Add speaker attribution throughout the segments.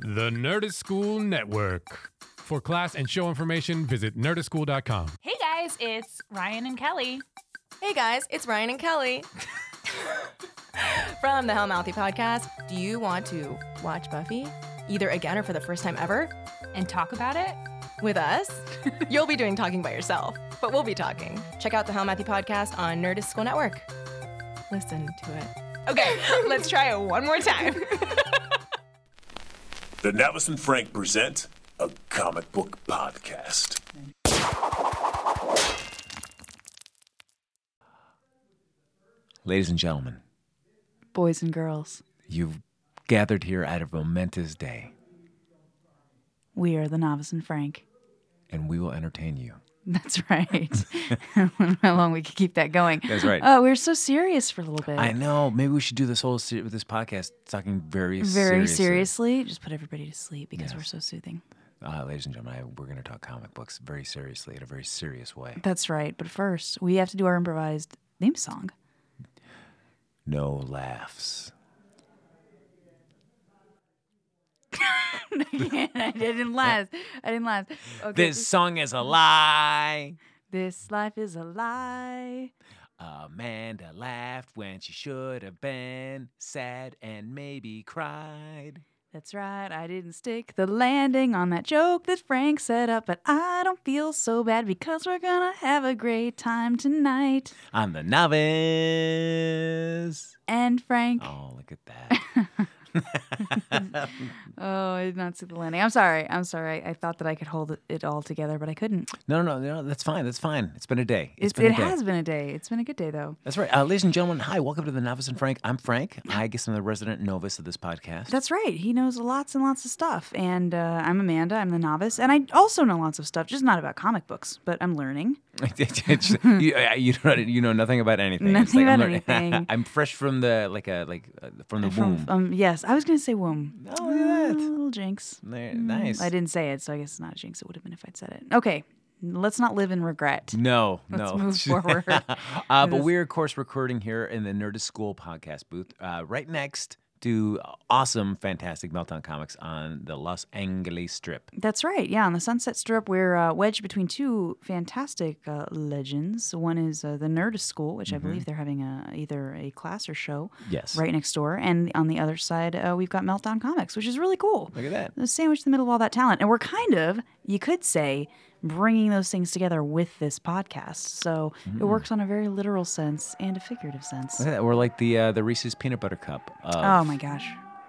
Speaker 1: The Nerdist School Network. For class and show information, visit nerdistschool.com.
Speaker 2: Hey guys, it's Ryan and Kelly.
Speaker 3: Hey guys, it's Ryan and Kelly. From the Hellmouthy podcast, do you want to watch Buffy either again or for the first time ever
Speaker 2: And talk about it?
Speaker 3: with us? You'll be doing talking by yourself, but we'll be talking. Check out the Hellmouthy podcast on Nerdist School Network. Listen to it. Okay, let's try it one more time.
Speaker 4: The Navis and Frank present a comic book podcast.
Speaker 5: Ladies and gentlemen,
Speaker 6: boys and girls,
Speaker 5: you've gathered here at a momentous day,
Speaker 6: we are the novice and Frank.
Speaker 5: and we will entertain you.
Speaker 6: That's right. I wonder How long we could keep that going?
Speaker 5: That's right.
Speaker 6: Oh, we were so serious for a little bit.
Speaker 5: I know. Maybe we should do this whole se- this podcast talking very,
Speaker 6: Very
Speaker 5: seriously.
Speaker 6: seriously, just put everybody to sleep because we're so soothing.
Speaker 5: Uh, ladies and gentlemen, I, we're going to talk comic books very seriously in a very serious way.
Speaker 6: That's right. But first, we have to do our improvised theme song.
Speaker 5: No laughs.
Speaker 6: I didn't last. I didn't last. Okay.
Speaker 5: This song is a lie.
Speaker 6: this life is a lie.
Speaker 5: Amanda laughed when she should have been sad and maybe cried.
Speaker 6: That's right. I didn't stick the landing on that joke that Frank set up, but I don't feel so bad because we're gonna have a great time tonight.
Speaker 5: I'm the novice.
Speaker 6: And Frank.
Speaker 5: Oh, look at that.
Speaker 6: Oh, I did not see the landing. I'm sorry. I'm sorry. I thought that I could hold it- it all together, but I couldn't.
Speaker 5: No, no, no, that's fine. That's fine. It's been a day.
Speaker 6: It's,
Speaker 5: been
Speaker 6: it
Speaker 5: a day.
Speaker 6: has been a day. It's been a good day, though.
Speaker 5: That's right. Uh, ladies and gentlemen, hi. Welcome to the Novice and Frank. I'm Frank. I guess I'm the resident novice of this podcast.
Speaker 6: That's right. He knows lots and lots of stuff. And uh, I'm Amanda. I'm the novice. And I also know lots of stuff, just not about comic books, but I'm learning.
Speaker 5: It's- you, uh, you, know, you know nothing about anything. It's
Speaker 6: Nothing
Speaker 5: like,
Speaker 6: about
Speaker 5: learning-
Speaker 6: anything.
Speaker 5: I'm fresh from the like a like uh, from the womb.
Speaker 6: Um, yes, I was going to say womb.
Speaker 5: Oh, look at that.
Speaker 6: Little jinx.
Speaker 5: There- nice.
Speaker 6: Mm, I didn't say it, so I guess it's not a jinx. It would have been if I'd said it. Okay. Let's not live in regret.
Speaker 5: No,
Speaker 6: Let's
Speaker 5: no.
Speaker 6: move forward.
Speaker 5: uh, but we're of course recording here in the Nerdist School podcast booth, uh, right next to awesome, fantastic Meltdown Comics on the Los Angeles Strip.
Speaker 6: That's right. Yeah, on the Sunset Strip, we're uh, wedged between two fantastic uh, legends. One is uh, the Nerdist School, which I believe they're having a, either a class or show
Speaker 5: Mm-hmm. Yes.
Speaker 6: right next door. And on the other side, uh, we've got Meltdown Comics, which is really cool.
Speaker 5: Look at that.
Speaker 6: They're Sandwiched in the middle of all that talent. And we're kind of, you could say, bringing those things together with this podcast. So
Speaker 5: Mm-hmm.
Speaker 6: it works on a very literal sense and a figurative sense.
Speaker 5: Look at that. We're like the uh, the Reese's peanut butter cup. Of,
Speaker 6: Oh my gosh.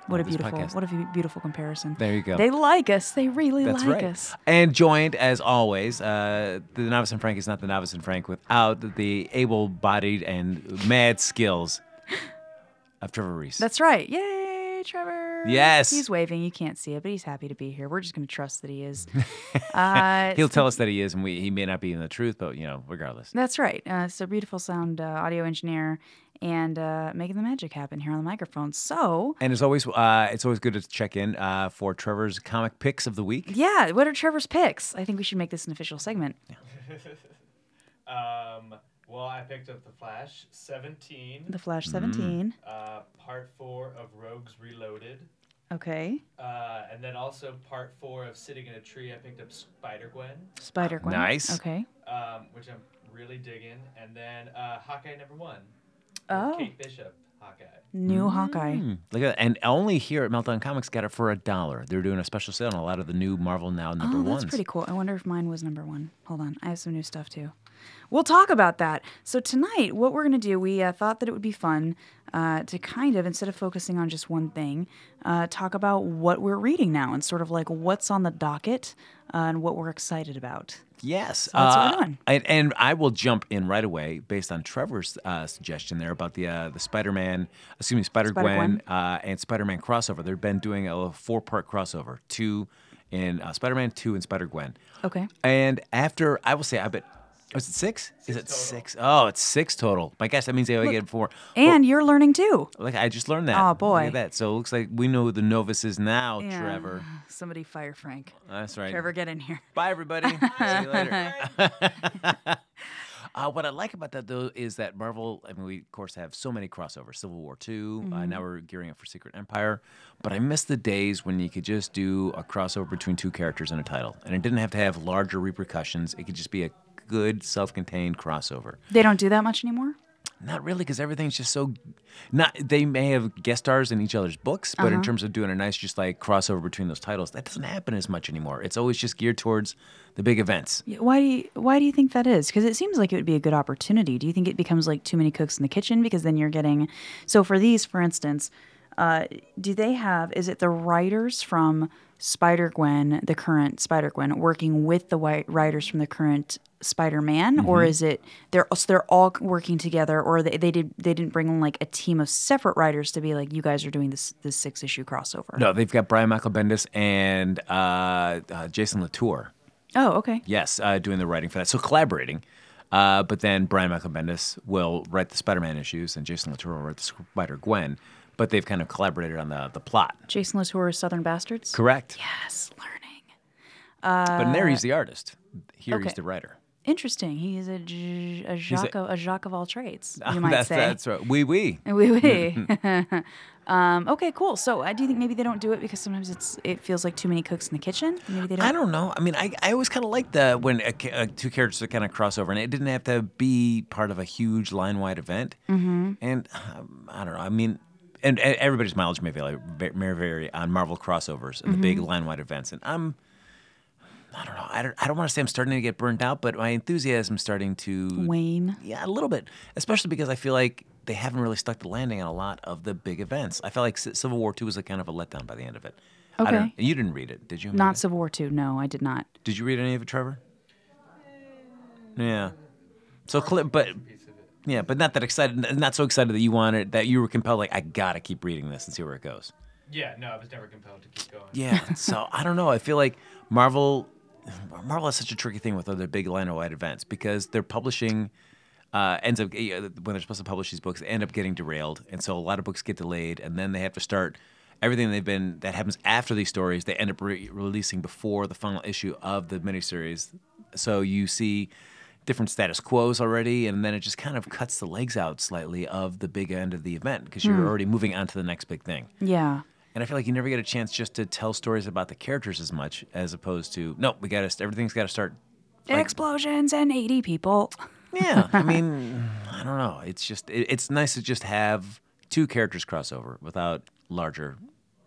Speaker 6: What a
Speaker 5: this
Speaker 6: beautiful,
Speaker 5: podcast.
Speaker 6: what a be- beautiful comparison.
Speaker 5: There you go.
Speaker 6: They like us. They really
Speaker 5: That's
Speaker 6: like
Speaker 5: right.
Speaker 6: us.
Speaker 5: And joined, as always, uh, the novice and Frank is not the novice and Frank without the able-bodied and mad skills of Trevor Reese.
Speaker 6: That's right. Yay, Trevor.
Speaker 5: Yes.
Speaker 6: He's waving. You can't see it, but he's happy to be here. We're just going to trust that he is. Uh,
Speaker 5: He'll tell us that he is, and we, he may not be in the truth, but you know, regardless.
Speaker 6: that's right. Uh, so, beautiful sound uh, audio engineer and uh, making the magic happen here on the microphone. So,
Speaker 5: And as always, uh, it's always good to check in uh, for Trevor's comic picks of the week.
Speaker 6: yeah, what are Trevor's picks? I think we should make this an official segment.
Speaker 7: Um, well, I picked up The Flash 17,
Speaker 6: The
Speaker 5: Mm.
Speaker 6: Flash 17.
Speaker 7: uh, part four of Rogues Reloaded,
Speaker 6: Okay.
Speaker 7: uh, and then also part four of Sitting in a Tree. I picked up Spider Gwen,
Speaker 6: Spider Gwen.
Speaker 5: Nice.
Speaker 6: Okay.
Speaker 7: um, which I'm really digging, and then uh, Hawkeye number one. with
Speaker 6: Oh.
Speaker 7: Kate Bishop, Hawkeye.
Speaker 6: New Hawkeye.
Speaker 5: Hmm, Look at that. And only here at Meltdown Comics got it for a dollar. They're doing a special sale on a lot of the new Marvel Now number
Speaker 6: oh,
Speaker 5: ones.
Speaker 6: that's pretty cool. I wonder if mine was number one. Hold on, I have some new stuff too. We'll talk about that. So tonight, what we're gonna do? We uh, thought that it would be fun uh, to kind of, instead of focusing on just one thing, uh, talk about what we're reading now and sort of like what's on the docket uh, and what we're excited about.
Speaker 5: Yes.
Speaker 6: that's
Speaker 5: uh,
Speaker 6: right on.
Speaker 5: And, and I will jump in right away based on Trevor's uh, suggestion there about the uh, the Spider Man, excuse me, Spider Gwen
Speaker 6: Spider-Gwen.
Speaker 5: uh, and Spider Man crossover. They've been doing a four part crossover, two in uh, Spider Man, two in Spider Gwen.
Speaker 6: Okay.
Speaker 5: And after, I will say, I bet. Is it six? Is it six? Oh, it's six total. My gosh, that means they only get four.
Speaker 6: And you're learning too.
Speaker 5: Like I just learned that.
Speaker 6: Aw,
Speaker 5: Look at
Speaker 6: boy.
Speaker 5: that. So it looks like we know who the novice is now, Trevor.
Speaker 6: Somebody fire
Speaker 5: Uh,
Speaker 6: Frank.
Speaker 5: That's right.
Speaker 6: Trevor, get in here.
Speaker 5: Bye, everybody. See you later. Uh, what I like about that though is that Marvel. I mean, we of course have so many crossovers. Civil War Two. Uh, now we're gearing up for Secret Empire. But I miss the days when you could just do a crossover between two characters in a title, and it didn't have to have larger repercussions. It could just be a good self-contained crossover.
Speaker 6: They don't do that much anymore.
Speaker 5: Not really, because everything's just so. Not they may have guest stars in each other's books, but in terms of doing a nice just like crossover between those titles, that doesn't happen as much anymore. It's always just geared towards the big events.
Speaker 6: Yeah, Why do you, why do you think that is? Because it seems like it would be a good opportunity. Do you think it becomes like too many cooks in the kitchen? Because then you're getting so for these, for instance, uh, do they have? Is it the writers from Spider Gwen, the current Spider Gwen, working with the white writers from the current Spider Man, or is it they're so they're all working together, or they, they did they didn't bring in like a team of separate writers to be like you guys are doing this this six issue crossover?
Speaker 5: No, they've got Brian Michael Bendis and uh, uh, Jason Latour.
Speaker 6: Oh, okay.
Speaker 5: Yes, uh, doing the writing for that. So collaborating. Uh, but then Brian Michael Bendis will write the Spider-Man issues, and Jason Latour will write the Spider Gwen. But they've kind of collaborated on the the plot.
Speaker 6: Jason Latour's Southern Bastards.
Speaker 5: Correct.
Speaker 6: Yes, learning.
Speaker 5: But in there, he's the artist. Here,
Speaker 6: okay.
Speaker 5: he's the writer.
Speaker 6: Interesting. He is a, j- a Jacques a, Jacques of all trades. You might
Speaker 5: that's
Speaker 6: say.
Speaker 5: that's Mm-hmm. right. Wee wee.
Speaker 6: Oui, oui. um, okay, cool. So, uh, do you think maybe they don't do it because sometimes it's it feels like too many cooks in the kitchen? Maybe they don't.
Speaker 5: I don't know. I mean, I, I always kind of liked the when a, ca- uh two characters would kind of cross over, and it didn't have to be part of a huge line wide event. Mm-hmm. And um, I don't know. I mean, and, and everybody's mileage may vary, may vary on Marvel crossovers and the big
Speaker 6: Mm-hmm.
Speaker 5: line wide events. And I'm, I don't know. I don't, I don't want to say I'm starting to get burnt out, but my enthusiasm's starting to
Speaker 6: Wayne.
Speaker 5: yeah, a little bit, especially because I feel like they haven't really stuck the landing on a lot of the big events. I felt like C- Civil War Two was a kind of a letdown by the end of it. I don't,
Speaker 6: Okay.
Speaker 5: you didn't read it, did you?
Speaker 6: Not
Speaker 5: Amanda?
Speaker 6: Civil War Two. No, I did not.
Speaker 5: Did you read any of it, Trevor? Yeah. So, cl- but yeah, but not that excited. Not so excited that you wanted that you were compelled. Like, I gotta keep reading this and see where it goes.
Speaker 7: Yeah, no, I was never compelled to keep going.
Speaker 5: Yeah. so I don't know. I feel like Marvel, Marvel has such a tricky thing with other big line of wide events because their publishing. Uh, ends up you know, when they're supposed to publish these books, they end up getting derailed, and so a lot of books get delayed, and then they have to start everything they've been that happens after these stories. They end up re- releasing before the final issue of the miniseries, so you see different status quos already, and then it just kind of cuts the legs out slightly of the big end of the event because you're already moving on to the next big thing.
Speaker 6: Yeah.
Speaker 5: And I feel like you never get a chance just to tell stories about the characters as much as opposed to no, we got to everything's got to start.
Speaker 6: Explosions and eighty people.
Speaker 5: Yeah, I mean, I don't know. It's just it, it's nice to just have two characters crossover without larger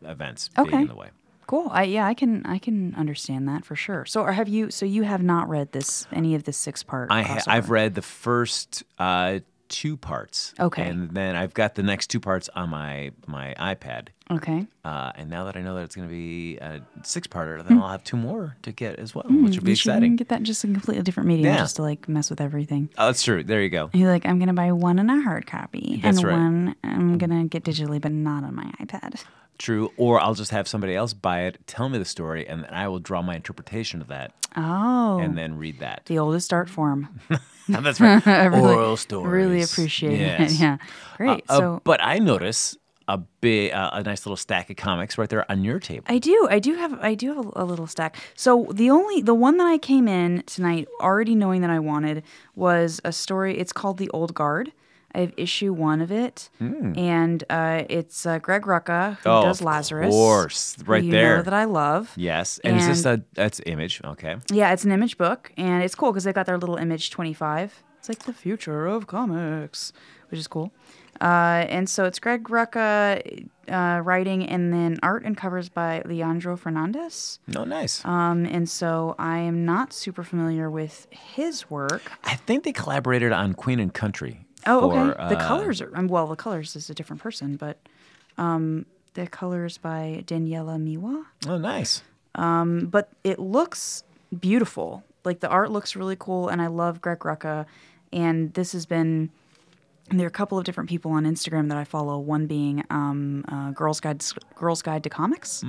Speaker 5: events being
Speaker 6: Okay.
Speaker 5: in the way.
Speaker 6: Cool. I yeah, I can I can understand that for sure. So, or have you? So you have not read this any of this six part?
Speaker 5: I ha- I've read the first uh, two parts.
Speaker 6: Okay.
Speaker 5: and then I've got the next two parts on my my iPad.
Speaker 6: Okay.
Speaker 5: Uh, and now that I know that it's going to be a six-parter,
Speaker 6: Hmm.
Speaker 5: then I'll have two more to get as well, which will be
Speaker 6: you should
Speaker 5: exciting.
Speaker 6: Hmm, get that in just a completely different medium,
Speaker 5: Yeah.
Speaker 6: just to like mess with everything.
Speaker 5: oh, that's true. There you go.
Speaker 6: You're like, I'm gonna buy one in a hard copy,
Speaker 5: That's
Speaker 6: and
Speaker 5: right.
Speaker 6: one I'm gonna get digitally, but not on my iPad.
Speaker 5: True, or I'll just have somebody else buy it, tell me the story, and then I will draw my interpretation of that
Speaker 6: Oh,
Speaker 5: and then read that.
Speaker 6: the oldest art form.
Speaker 5: That's right. Oral stories.
Speaker 6: Really appreciate
Speaker 5: Yes.
Speaker 6: it. Yeah,
Speaker 5: Uh,
Speaker 6: great.
Speaker 5: uh,
Speaker 6: so
Speaker 5: but I notice a big, uh, a nice little stack of comics right there on your table.
Speaker 6: I do, I do have, I do have a, a little stack. So the only, the one that I came in tonight already knowing that I wanted was a story. It's called The Old Guard. I have issue one of it, and uh, it's uh, Greg Rucka who
Speaker 5: Hmm. Oh,
Speaker 6: does
Speaker 5: of
Speaker 6: Lazarus.
Speaker 5: course.
Speaker 6: who
Speaker 5: Right
Speaker 6: you
Speaker 5: there.
Speaker 6: know that I love.
Speaker 5: Yes, and, is this a that's image? Okay,
Speaker 6: Yeah, it's an image book, and it's cool because they got their little image 25. It's like the future of comics, which is cool. Uh, and so it's Greg Rucka uh, writing, and then art and covers by Leandro Fernandez.
Speaker 5: no, nice.
Speaker 6: Um, and so I am not super familiar with his work.
Speaker 5: I think they collaborated on Queen and Country.
Speaker 6: Oh,
Speaker 5: for,
Speaker 6: okay. The
Speaker 5: uh,
Speaker 6: colors are um, well. The colors is a different person, but um, the colors by Daniela Miwa.
Speaker 5: Oh, nice.
Speaker 6: but it looks beautiful. Like the art looks really cool, and I love Greg Rucka. And this has been there are a couple of different people on Instagram that I follow. One being um, uh, Girls Guide Girls Guide to Comics.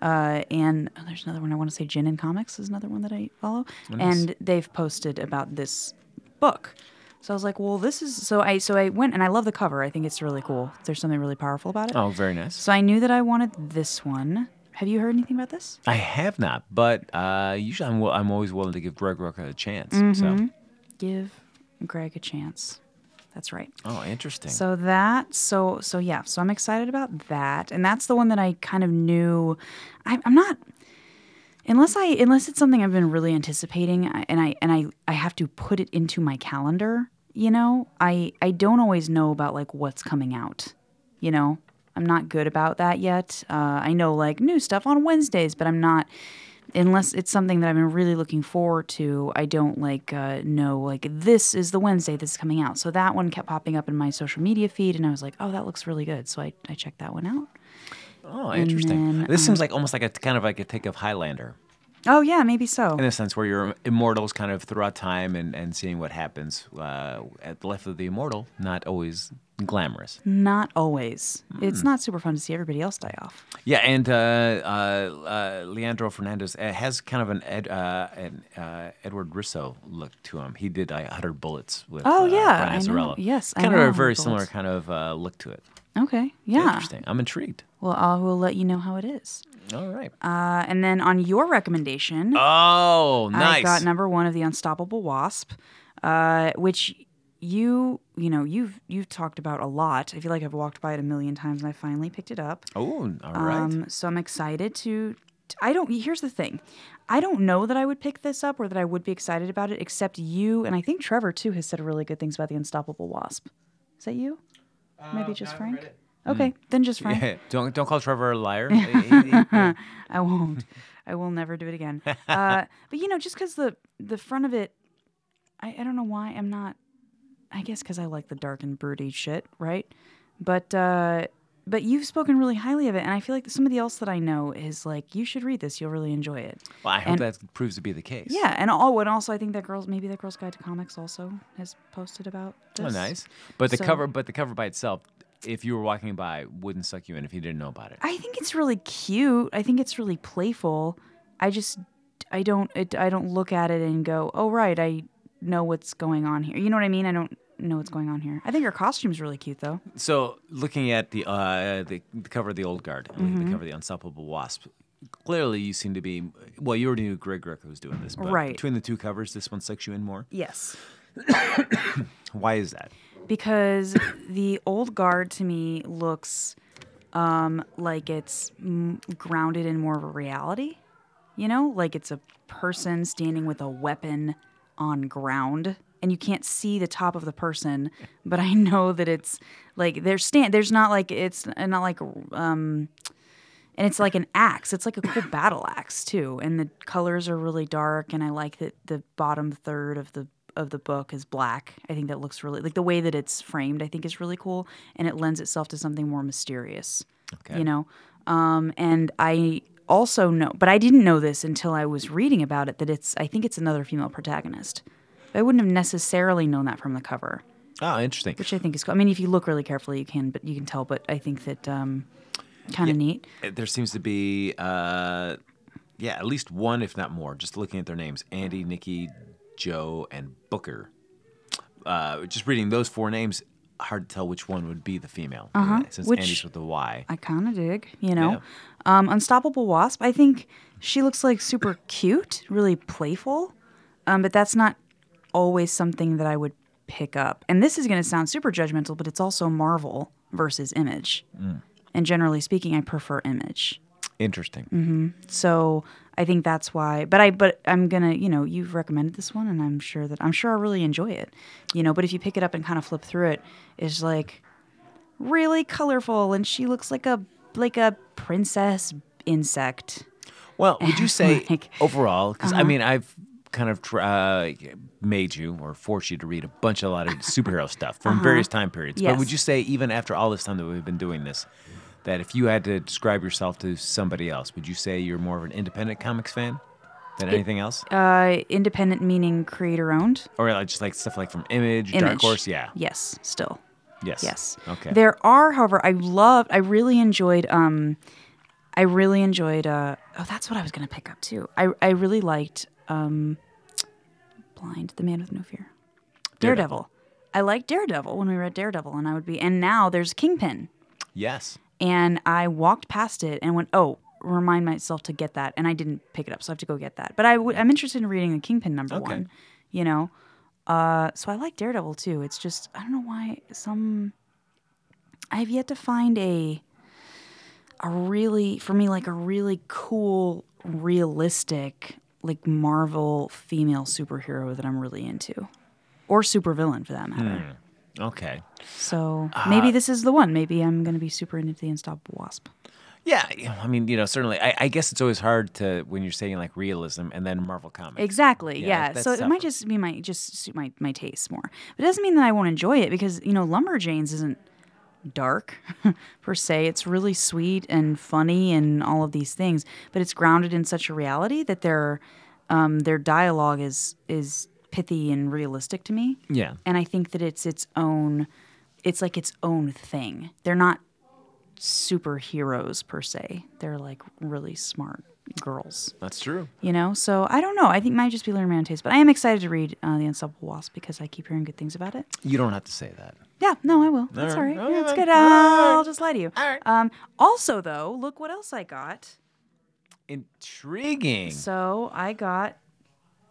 Speaker 6: Uh, and oh, there's another one I want to say. Gin and Comics is another one that I follow, and they've posted about this book. So I was like, well, this is so I so I went and I love the cover. I think it's really cool. There's something really powerful about it.
Speaker 5: Oh, very nice.
Speaker 6: So I knew that I wanted this one. Have you heard anything about this?
Speaker 5: I have not,
Speaker 6: Mm-hmm.
Speaker 5: but uh, usually I'm, wi- I'm always willing to give Greg Rucka a chance. So
Speaker 6: give Greg a chance. That's right.
Speaker 5: Oh, interesting.
Speaker 6: So that, so so yeah, so I'm excited about that, and that's the one that I kind of knew. I, I'm not unless I unless it's something I've been really anticipating, I- and I and I I have to put it into my calendar. You know, I I don't always know about like what's coming out. You know, I'm not good about that yet. Uh, I know like new stuff on Wednesdays, but I'm not. Unless it's something that I've been really looking forward to, I don't like uh, know like this is the Wednesday that's coming out. So that one kept popping up in my social media feed, and I was like, oh, that looks really good. So I, I checked that one out.
Speaker 5: oh, interesting.
Speaker 6: then, uh,
Speaker 5: this seems like almost like a kind of like a take of Highlander
Speaker 6: Oh yeah, maybe so.
Speaker 5: in a sense where you're immortals kind of throughout time and, and seeing what happens uh, at the life of the immortal, not always glamorous.
Speaker 6: Not always. It's not super fun to see everybody else die off.
Speaker 5: Yeah, and uh, uh, uh, Leandro Fernandez uh, has kind of an, Ed, uh, an uh, Edward Russo look to him. He did I Uttered Bullets with
Speaker 6: Oh,
Speaker 5: uh,
Speaker 6: yeah,
Speaker 5: Brian
Speaker 6: I know.
Speaker 5: Azzarello.
Speaker 6: Yes, I
Speaker 5: kind
Speaker 6: know I
Speaker 5: of a
Speaker 6: Heard
Speaker 5: very
Speaker 6: Bullets.
Speaker 5: similar kind of uh, look to it.
Speaker 6: Okay. Yeah.
Speaker 5: Interesting. I'm intrigued.
Speaker 6: Well, I will let you know how it is.
Speaker 5: All right.
Speaker 6: Uh, and then on your recommendation,
Speaker 5: oh, nice.
Speaker 6: I got number one of the Unstoppable Wasp, uh, which you you know you've you've talked about a lot. I feel like I've walked by it a million times, and I finally picked it up.
Speaker 5: oh, all right.
Speaker 6: Um, so I'm excited to. t- I don't. Here's the thing, I don't know that I would pick this up or that I would be excited about it, except you and I think Trevor too has said really good things about the Unstoppable Wasp. Is that you? Maybe
Speaker 7: Um,
Speaker 6: just
Speaker 7: no, I haven't
Speaker 6: Frank?
Speaker 7: read it.
Speaker 6: Okay, then just Frank.
Speaker 5: Yeah, don't don't call Trevor a liar. yeah.
Speaker 6: I won't. I will never do it again. Uh, but you know, just because the the front of it, I, I don't know why I'm not. I guess because I like the dark and broody shit, right? But uh, but you've spoken really highly of it, and I feel like somebody else that I know is like, you should read this. You'll really enjoy it.
Speaker 5: Well, I hope
Speaker 6: And-
Speaker 5: that proves to be the case.
Speaker 6: Yeah, and oh, and also I think that girls, maybe that Girls Guide to Comics also has posted about this.
Speaker 5: Oh, nice. But the
Speaker 6: So-
Speaker 5: cover, but the cover by itself, if you were walking by, wouldn't suck you in if you didn't know about it.
Speaker 6: I think it's really cute. I think it's really playful. I just I don't it, I don't look at it and go, "Oh right, I know what's going on here." You know what I mean? I don't know what's going on here. I think her costume's really cute though.
Speaker 5: So, looking at the uh, the, the cover of the Old Guard, and looking at the
Speaker 6: Mm-hmm.
Speaker 5: cover of the Unstoppable Wasp, clearly you seem to be. Well, you already knew Greg Greco was doing this, but
Speaker 6: Right.
Speaker 5: between the two covers, this one sucks you in more.
Speaker 6: Yes.
Speaker 5: Why is that?
Speaker 6: Because the old guard to me looks um like it's mm, grounded in more of a reality. You know, like it's a person standing with a weapon on ground and you can't see the top of the person, but I know that it's like there's stand there's not like it's not like um and it's like an axe. It's like a cool battle axe too, and the colors are really dark and I like that the bottom third of the of the book is black. I think that looks really like the way that it's framed I think is really cool and it lends itself to something more mysterious
Speaker 5: Okay.
Speaker 6: you know um, and i also know but i didn't know this until i was reading about it that it's i think it's another female protagonist i wouldn't have necessarily known that from the cover
Speaker 5: Oh,
Speaker 6: Ah,
Speaker 5: interesting.
Speaker 6: which i think is cool i mean if you look really carefully you can but you can tell but i think that um, kind of neat
Speaker 5: Uh, There seems to be, uh, yeah, at least one, if not more, just looking at their names Andy, Nikki, Joe, and Booker. Uh, just reading those four names, hard to tell which one would be the female. uh, Since
Speaker 6: which-
Speaker 5: Andy's with the Y.
Speaker 6: I kind of dig, you know. Um, Unstoppable Wasp, I think she looks like super cute, really playful, um, but that's not always something that I would pick up. And this is going to sound super judgmental, but it's also Marvel versus Image. And generally speaking, I prefer Image.
Speaker 5: Interesting.
Speaker 6: So I think that's why. But I but I'm gonna you know you've recommended this one, and I'm sure that I'm sure I really enjoy it. You know, but if you pick it up and kind of flip through it, it's like really colorful, and she looks like a like a princess insect.
Speaker 5: Well, would you say
Speaker 6: Like- uh-huh.
Speaker 5: overall? Because I mean, I've kind of tr- uh, made you or forced you to read a bunch of a lot of superhero stuff from various time periods. But would
Speaker 6: Uh-huh. Yes.
Speaker 5: you say, even after all this time that we've been doing this, that if you had to describe yourself to somebody else, would you say you're more of an independent comics fan than anything else,
Speaker 6: Uh, independent meaning creator owned.
Speaker 5: or like, just like stuff like from Image,
Speaker 6: Image.
Speaker 5: Dark Horse? Yeah.
Speaker 6: Yes. Still.
Speaker 5: Yes.
Speaker 6: Yes.
Speaker 5: Okay.
Speaker 6: There are, however, I loved. I really enjoyed. Um, I really enjoyed. Uh, oh, that's what I was gonna pick up too. I I really liked. Um, Blind, the man with no fear. Daredevil. I liked Daredevil when we read Daredevil, and I would be. And now there's Kingpin,
Speaker 5: yes.
Speaker 6: and I walked past it and went, oh. Remind myself to get that, and I didn't pick it up, so I have to go get that. But I w- I'm interested in reading the Kingpin number
Speaker 5: Okay.
Speaker 6: one, you know, Uh, so I like Daredevil too. It's just I don't know why some I've yet to find a a really for me like a really cool, realistic like Marvel female superhero that I'm really into, or supervillain for that matter.
Speaker 5: Okay.
Speaker 6: So maybe this is the one. Maybe I'm gonna be super into the Unstoppable Wasp.
Speaker 5: Yeah, you know, I mean, you know, certainly. I, I guess it's always hard to when you're saying like realism and then Marvel comics.
Speaker 6: Exactly.
Speaker 5: Yeah,
Speaker 6: Yeah.
Speaker 5: that's
Speaker 6: So it
Speaker 5: tough.
Speaker 6: might just be my just suit my my tastes more. But it doesn't mean that I won't enjoy it because you know Lumberjanes isn't dark per se. It's really sweet and funny and all of these things. But it's grounded in such a reality that their um, their dialogue is is pithy and realistic to me.
Speaker 5: Yeah.
Speaker 6: And I think that it's its own. It's like its own thing. They're not superheroes per se. They're like really smart girls
Speaker 5: That's true.
Speaker 6: you know so i don't know i think mine just be learning my own taste but i am excited to read uh, the unstoppable wasp because i keep hearing good things about it
Speaker 5: You don't have to say that.
Speaker 6: yeah no i will that's all
Speaker 5: right.
Speaker 6: right,
Speaker 5: Okay,
Speaker 6: Yeah, it's
Speaker 5: then.
Speaker 6: good uh,
Speaker 5: All right.
Speaker 6: i'll just lie to you all right um, also though look what else i got
Speaker 5: Intriguing.
Speaker 6: so i got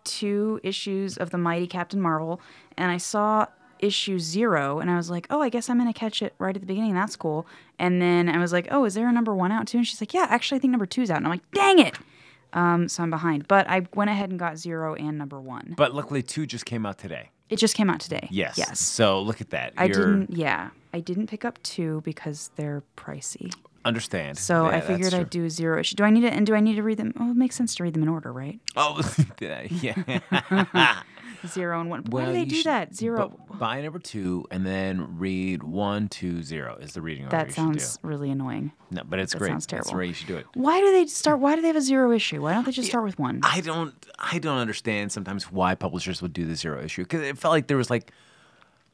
Speaker 6: two issues of the mighty captain marvel and i saw issue zero and i was like oh i guess i'm gonna catch it right at the beginning that's cool and then i was like oh is there a number one out too and she's like yeah actually i think number two's out and i'm like dang it um, so i'm behind but i went ahead and got zero and number one
Speaker 5: but luckily, two just came out today.
Speaker 6: It just came out today.
Speaker 5: Yes.
Speaker 6: Yes.
Speaker 5: So look at that.
Speaker 6: I
Speaker 5: You're-
Speaker 6: didn't. Yeah, I didn't pick up two because they're pricey.
Speaker 5: understand.
Speaker 6: So
Speaker 5: Yeah,
Speaker 6: I
Speaker 5: that's
Speaker 6: figured I'd
Speaker 5: true.
Speaker 6: do a zero issue. Do I need it? And do I need to read them? Oh, it makes sense to read them in order, right?
Speaker 5: Oh, yeah.
Speaker 6: Zero and one. Why
Speaker 5: Well,
Speaker 6: do they
Speaker 5: you
Speaker 6: do
Speaker 5: should
Speaker 6: that? Zero.
Speaker 5: bu- buy number two and then read one, two, zero is the reading order
Speaker 6: that
Speaker 5: you
Speaker 6: sounds
Speaker 5: should
Speaker 6: really annoying.
Speaker 5: do. No, but it's
Speaker 6: that
Speaker 5: great.
Speaker 6: sounds
Speaker 5: That's
Speaker 6: terrible.
Speaker 5: the way you should do it.
Speaker 6: Why do they start? Why do they have a zero issue? Why don't they just start with one?
Speaker 5: I don't I don't understand sometimes why publishers would do the zero issue because it felt like there was like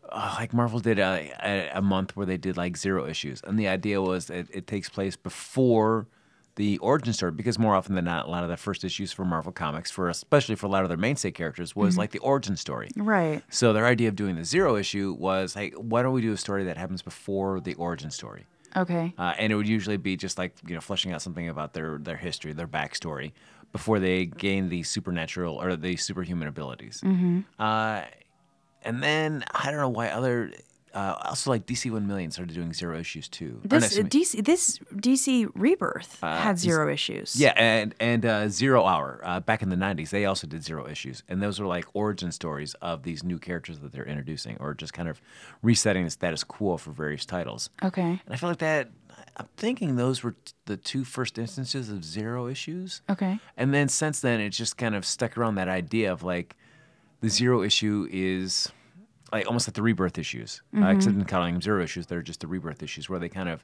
Speaker 5: uh, like Marvel did a, a, a month where they did like zero issues and the idea was that it takes place before the origin story because more often than not a lot of the first issues for Marvel comics for especially for a lot of their mainstay characters was like the origin story.
Speaker 6: Right.
Speaker 5: So their idea of doing the zero issue was like why don't we do a story that happens before the origin story?
Speaker 6: Okay.
Speaker 5: uh, and it would usually be just like you know fleshing out something about their their history, their backstory before they gain the supernatural or the superhuman abilities. Uh, and then I don't know why other uh, also like DC One Million started doing zero issues too. Or no,
Speaker 6: This
Speaker 5: excuse
Speaker 6: uh,
Speaker 5: me.
Speaker 6: DC. This DC Rebirth had zero issues.
Speaker 5: Uh, yeah, and and uh, Zero Hour uh, back in the '90s, they also did zero issues, and those were like origin stories of these new characters that they're introducing, or just kind of resetting the status quo for various titles.
Speaker 6: Okay.
Speaker 5: And I feel like that. I'm thinking those were t- the two first instances of zero issues.
Speaker 6: Okay.
Speaker 5: And then since then, it's just kind of stuck around that idea of like the zero issue is like almost like the rebirth issues, uh, except in counting them zero issues, they're just the rebirth issues where they kind of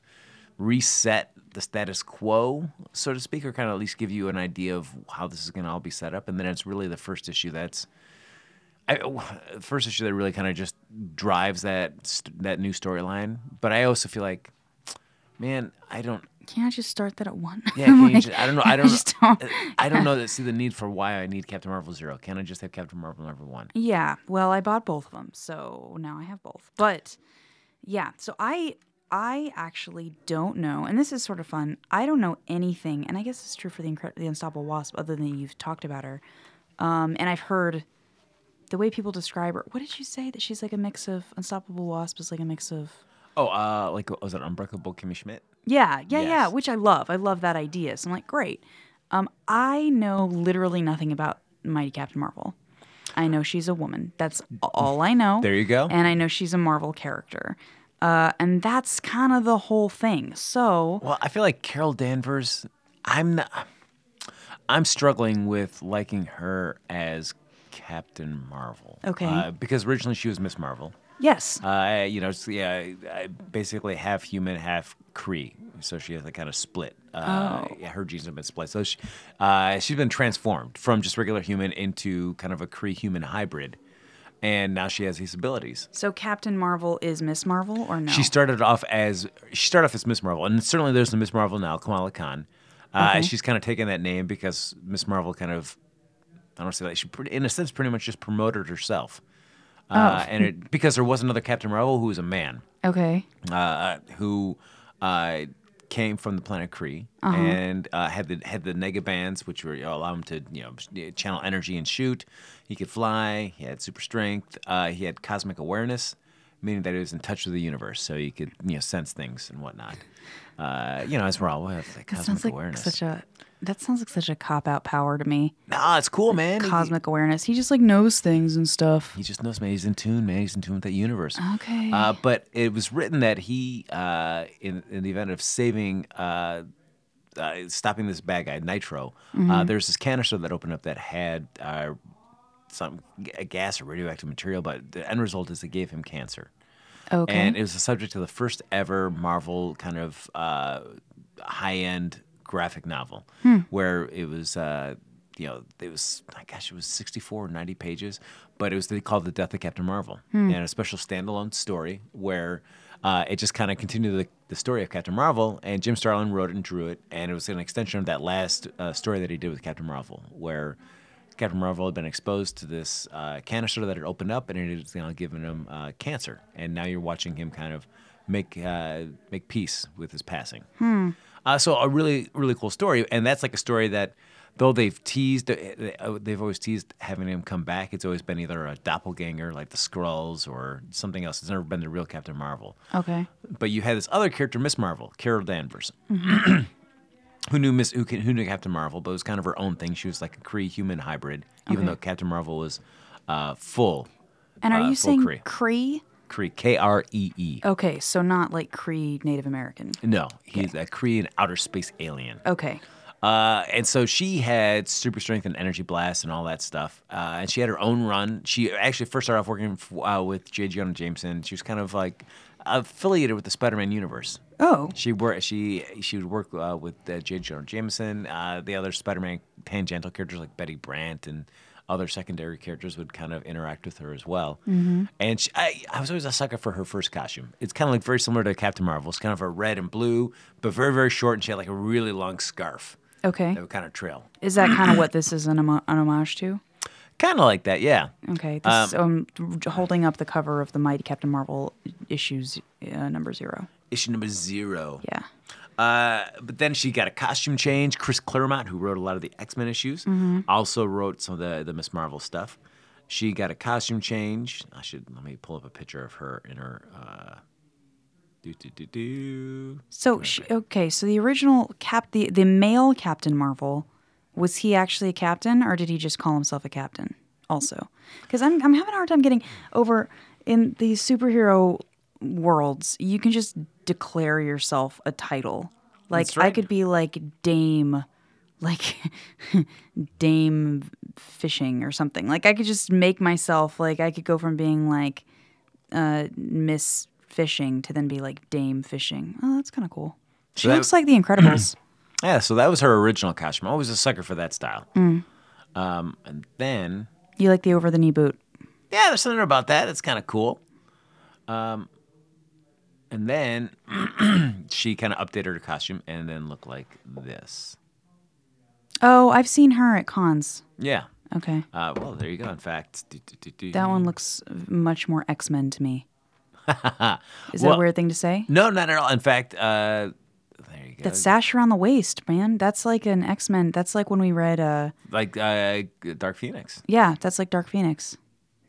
Speaker 5: reset the status quo, so to speak, or kind of at least give you an idea of how this is going to all be set up. And then it's really the first issue that's. I, the first issue that really kind of just drives that st- that new storyline, but I also feel like, man, I don't
Speaker 6: Can I just start that at one?
Speaker 5: yeah, can you just, I don't know. I don't.
Speaker 6: just
Speaker 5: know,
Speaker 6: don't-
Speaker 5: I don't know. That, see the need for why I need Captain Marvel zero. Can I just have Captain Marvel number one?
Speaker 6: Yeah. Well, I bought both of them, so now I have both. But yeah, so I I actually don't know, and this is sort of fun. I don't know anything, and I guess it's true for the Incred- the Unstoppable Wasp, other than you've talked about her, um, and I've heard the way people describe her. What did you say that she's like a mix of Unstoppable Wasp is like a mix of
Speaker 5: Oh, uh, like what was it Unbreakable Kimmy Schmidt?
Speaker 6: yeah, yeah, yeah,
Speaker 5: Yes.
Speaker 6: which I love. I love that idea. So I'm like, great. Um, I know literally nothing about Mighty Captain Marvel. I know she's a woman. That's all I know.
Speaker 5: There you go.
Speaker 6: And I know she's a Marvel character. Uh, and that's kind of the whole thing. So,
Speaker 5: Well, I feel like Carol Danvers. I'm not. I'm struggling with liking her as Captain Marvel.
Speaker 6: Okay.
Speaker 5: Uh, because originally she was Miss Marvel.
Speaker 6: yes.
Speaker 5: Uh, you know, it's- yeah, I- basically half human, half Cree. So she has that kind of split. Uh, yeah, her genes have been split. So she, uh, she's been transformed from just regular human into kind of a Cree human hybrid. And now she has these abilities.
Speaker 6: So Captain Marvel is Miss Marvel or no?
Speaker 5: She started off as she started off as Miss Marvel, and certainly there's the Miss Marvel now, Kamala Khan. Uh, She's kind of taken that name because Miss Marvel kind of, I don't wanna say that she, pretty, in a sense, pretty much just promoted herself. Uh, and it because there was another Captain Marvel uh, who was a man
Speaker 6: okay.
Speaker 5: uh, who uh, came from the planet Kree
Speaker 6: Uh-huh.
Speaker 5: and uh, had the had the nega bands, which were you know, allow him to you know sh- channel energy and shoot. He could fly. He had super strength. Uh, he had cosmic awareness, meaning that he was in touch with the universe, so he could you know sense things and whatnot. Uh, you know, as we're all with like,
Speaker 6: That
Speaker 5: cosmic
Speaker 6: sounds like
Speaker 5: awareness.
Speaker 6: such a that sounds like such a cop out power to me.
Speaker 5: nah, it's cool, man. He-
Speaker 6: Cosmic awareness. He just like knows things and stuff.
Speaker 5: He just knows, man. He's in tune, man. He's in tune with that universe.
Speaker 6: Okay.
Speaker 5: Uh, but it was written that he, uh, in, in the event of saving, uh, uh, stopping this bad guy, Nitro, uh, there's this canister that opened up that had uh, some g- a gas or radioactive material, but the end result is it gave him cancer.
Speaker 6: okay.
Speaker 5: And it was the subject of the first ever Marvel kind of uh, high end graphic novel where it was. Uh, you know, it was, my gosh, it was 64 or 90 pages, but it was they called The Death of Captain Marvel and a special standalone story where uh, it just kind of continued the, the story of Captain Marvel. And Jim Starlin wrote it and drew it. And it was an extension of that last uh, story that he did with Captain Marvel, where Captain Marvel had been exposed to this uh, canister that had opened up, and it had now given him uh, cancer. And now you're watching him kind of make uh, make peace with his passing. Uh, so a really really cool story, and that's like a story that though they've teased, uh, they've always teased having him come back. It's always been either a doppelganger like the Skrulls or something else. It's never been the real Captain Marvel
Speaker 6: okay.
Speaker 5: but you had this other character, Miss Marvel, Carol Danvers, who knew Miss who, can- who knew Captain Marvel, but it was kind of her own thing. She was like a Kree human hybrid, even though Captain Marvel was uh, full
Speaker 6: And are
Speaker 5: uh,
Speaker 6: you
Speaker 5: full
Speaker 6: saying
Speaker 5: Kree.
Speaker 6: Cree?
Speaker 5: Kree, K R E E.
Speaker 6: Okay, so not like Cree Native American.
Speaker 5: No, he's a Kree and outer space alien.
Speaker 6: Okay.
Speaker 5: Uh, and so she had super strength and energy blast and all that stuff. Uh, and she had her own run. She actually first started off working f- uh, with J. Jonah Jameson. She was kind of like affiliated with the Spider-Man universe.
Speaker 6: Oh.
Speaker 5: She wor She she would work uh, with uh, J. Jonah Jameson. Uh, the other Spider-Man tangential characters like Betty Brant and other secondary characters would kind of interact with her as well. And she, I, I was always a sucker for her first costume. It's kind of like very similar to Captain Marvel. It's kind of a red and blue, but very very short, and she had like a really long scarf
Speaker 6: Okay.
Speaker 5: that would kind of trail.
Speaker 6: Is that kind of what this is an, homo- an homage to?
Speaker 5: Kind of like that, yeah.
Speaker 6: Okay. This is um, holding up the cover of the Mighty Captain Marvel issues uh, number zero.
Speaker 5: Issue number zero.
Speaker 6: Yeah.
Speaker 5: Uh, but then she got a costume change. Chris Claremont, who wrote a lot of the X Men issues, also wrote some of the, the Miss Marvel stuff. She got a costume change. I should let me pull up a picture of her in her. Uh, do do do do.
Speaker 6: So she, okay, so the original cap the the male Captain Marvel was he actually a captain or did he just call himself a captain also? Cuz I'm I'm having a hard time getting over in the superhero worlds. You can just declare yourself a title. Like I could be like Dame like Dame fishing or something. Like I could just make myself like I could go from being like uh, Miss Fishing to then be like Dame Fishing. Oh, that's kind of cool. She
Speaker 5: that-
Speaker 6: looks like the Incredibles.
Speaker 5: Yeah, so that was her original costume. Always a sucker for that style. Um, and then
Speaker 6: you like the over the knee boot.
Speaker 5: yeah, there's something about that. It's kind of cool. Um, and then she kind of updated her costume and then looked like this.
Speaker 6: Oh, I've seen her at cons.
Speaker 5: Yeah.
Speaker 6: Okay.
Speaker 5: Uh, well, there you go. In fact, do, do, do, do.
Speaker 6: That one looks much more X Men to me. Is that
Speaker 5: Well-
Speaker 6: a weird thing to say?
Speaker 5: No, not at all. In fact, uh, there you go.
Speaker 6: That sash around the waist, man. That's like an X Men. That's like when we read, uh,
Speaker 5: like uh, Dark Phoenix.
Speaker 6: yeah, that's like Dark Phoenix.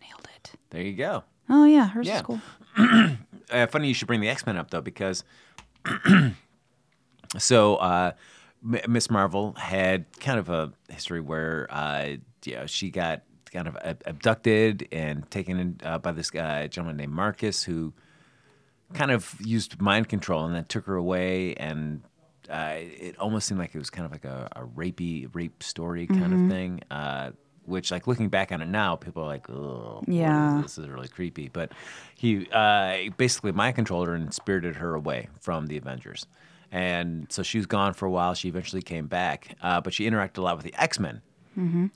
Speaker 6: Nailed it.
Speaker 5: There you go.
Speaker 6: Oh, yeah, hers
Speaker 5: Yeah.
Speaker 6: is cool.
Speaker 5: Uh, funny you should bring the X Men up though, because so uh, M- Miss Marvel had kind of a history where uh, you know, she got kind of ab- abducted and taken in, uh, by this uh, gentleman named Marcus who kind of used mind control and then took her away and. Uh, it almost seemed like it was kind of like a, a rapey rape story kind of thing, uh, which like looking back on it now, people are like, "Oh,
Speaker 6: Yeah.
Speaker 5: this is really creepy." But he uh, basically mind controlled her and spirited her away from the Avengers, and so she was gone for a while. She eventually came back, uh, but she interacted a lot with the X Men,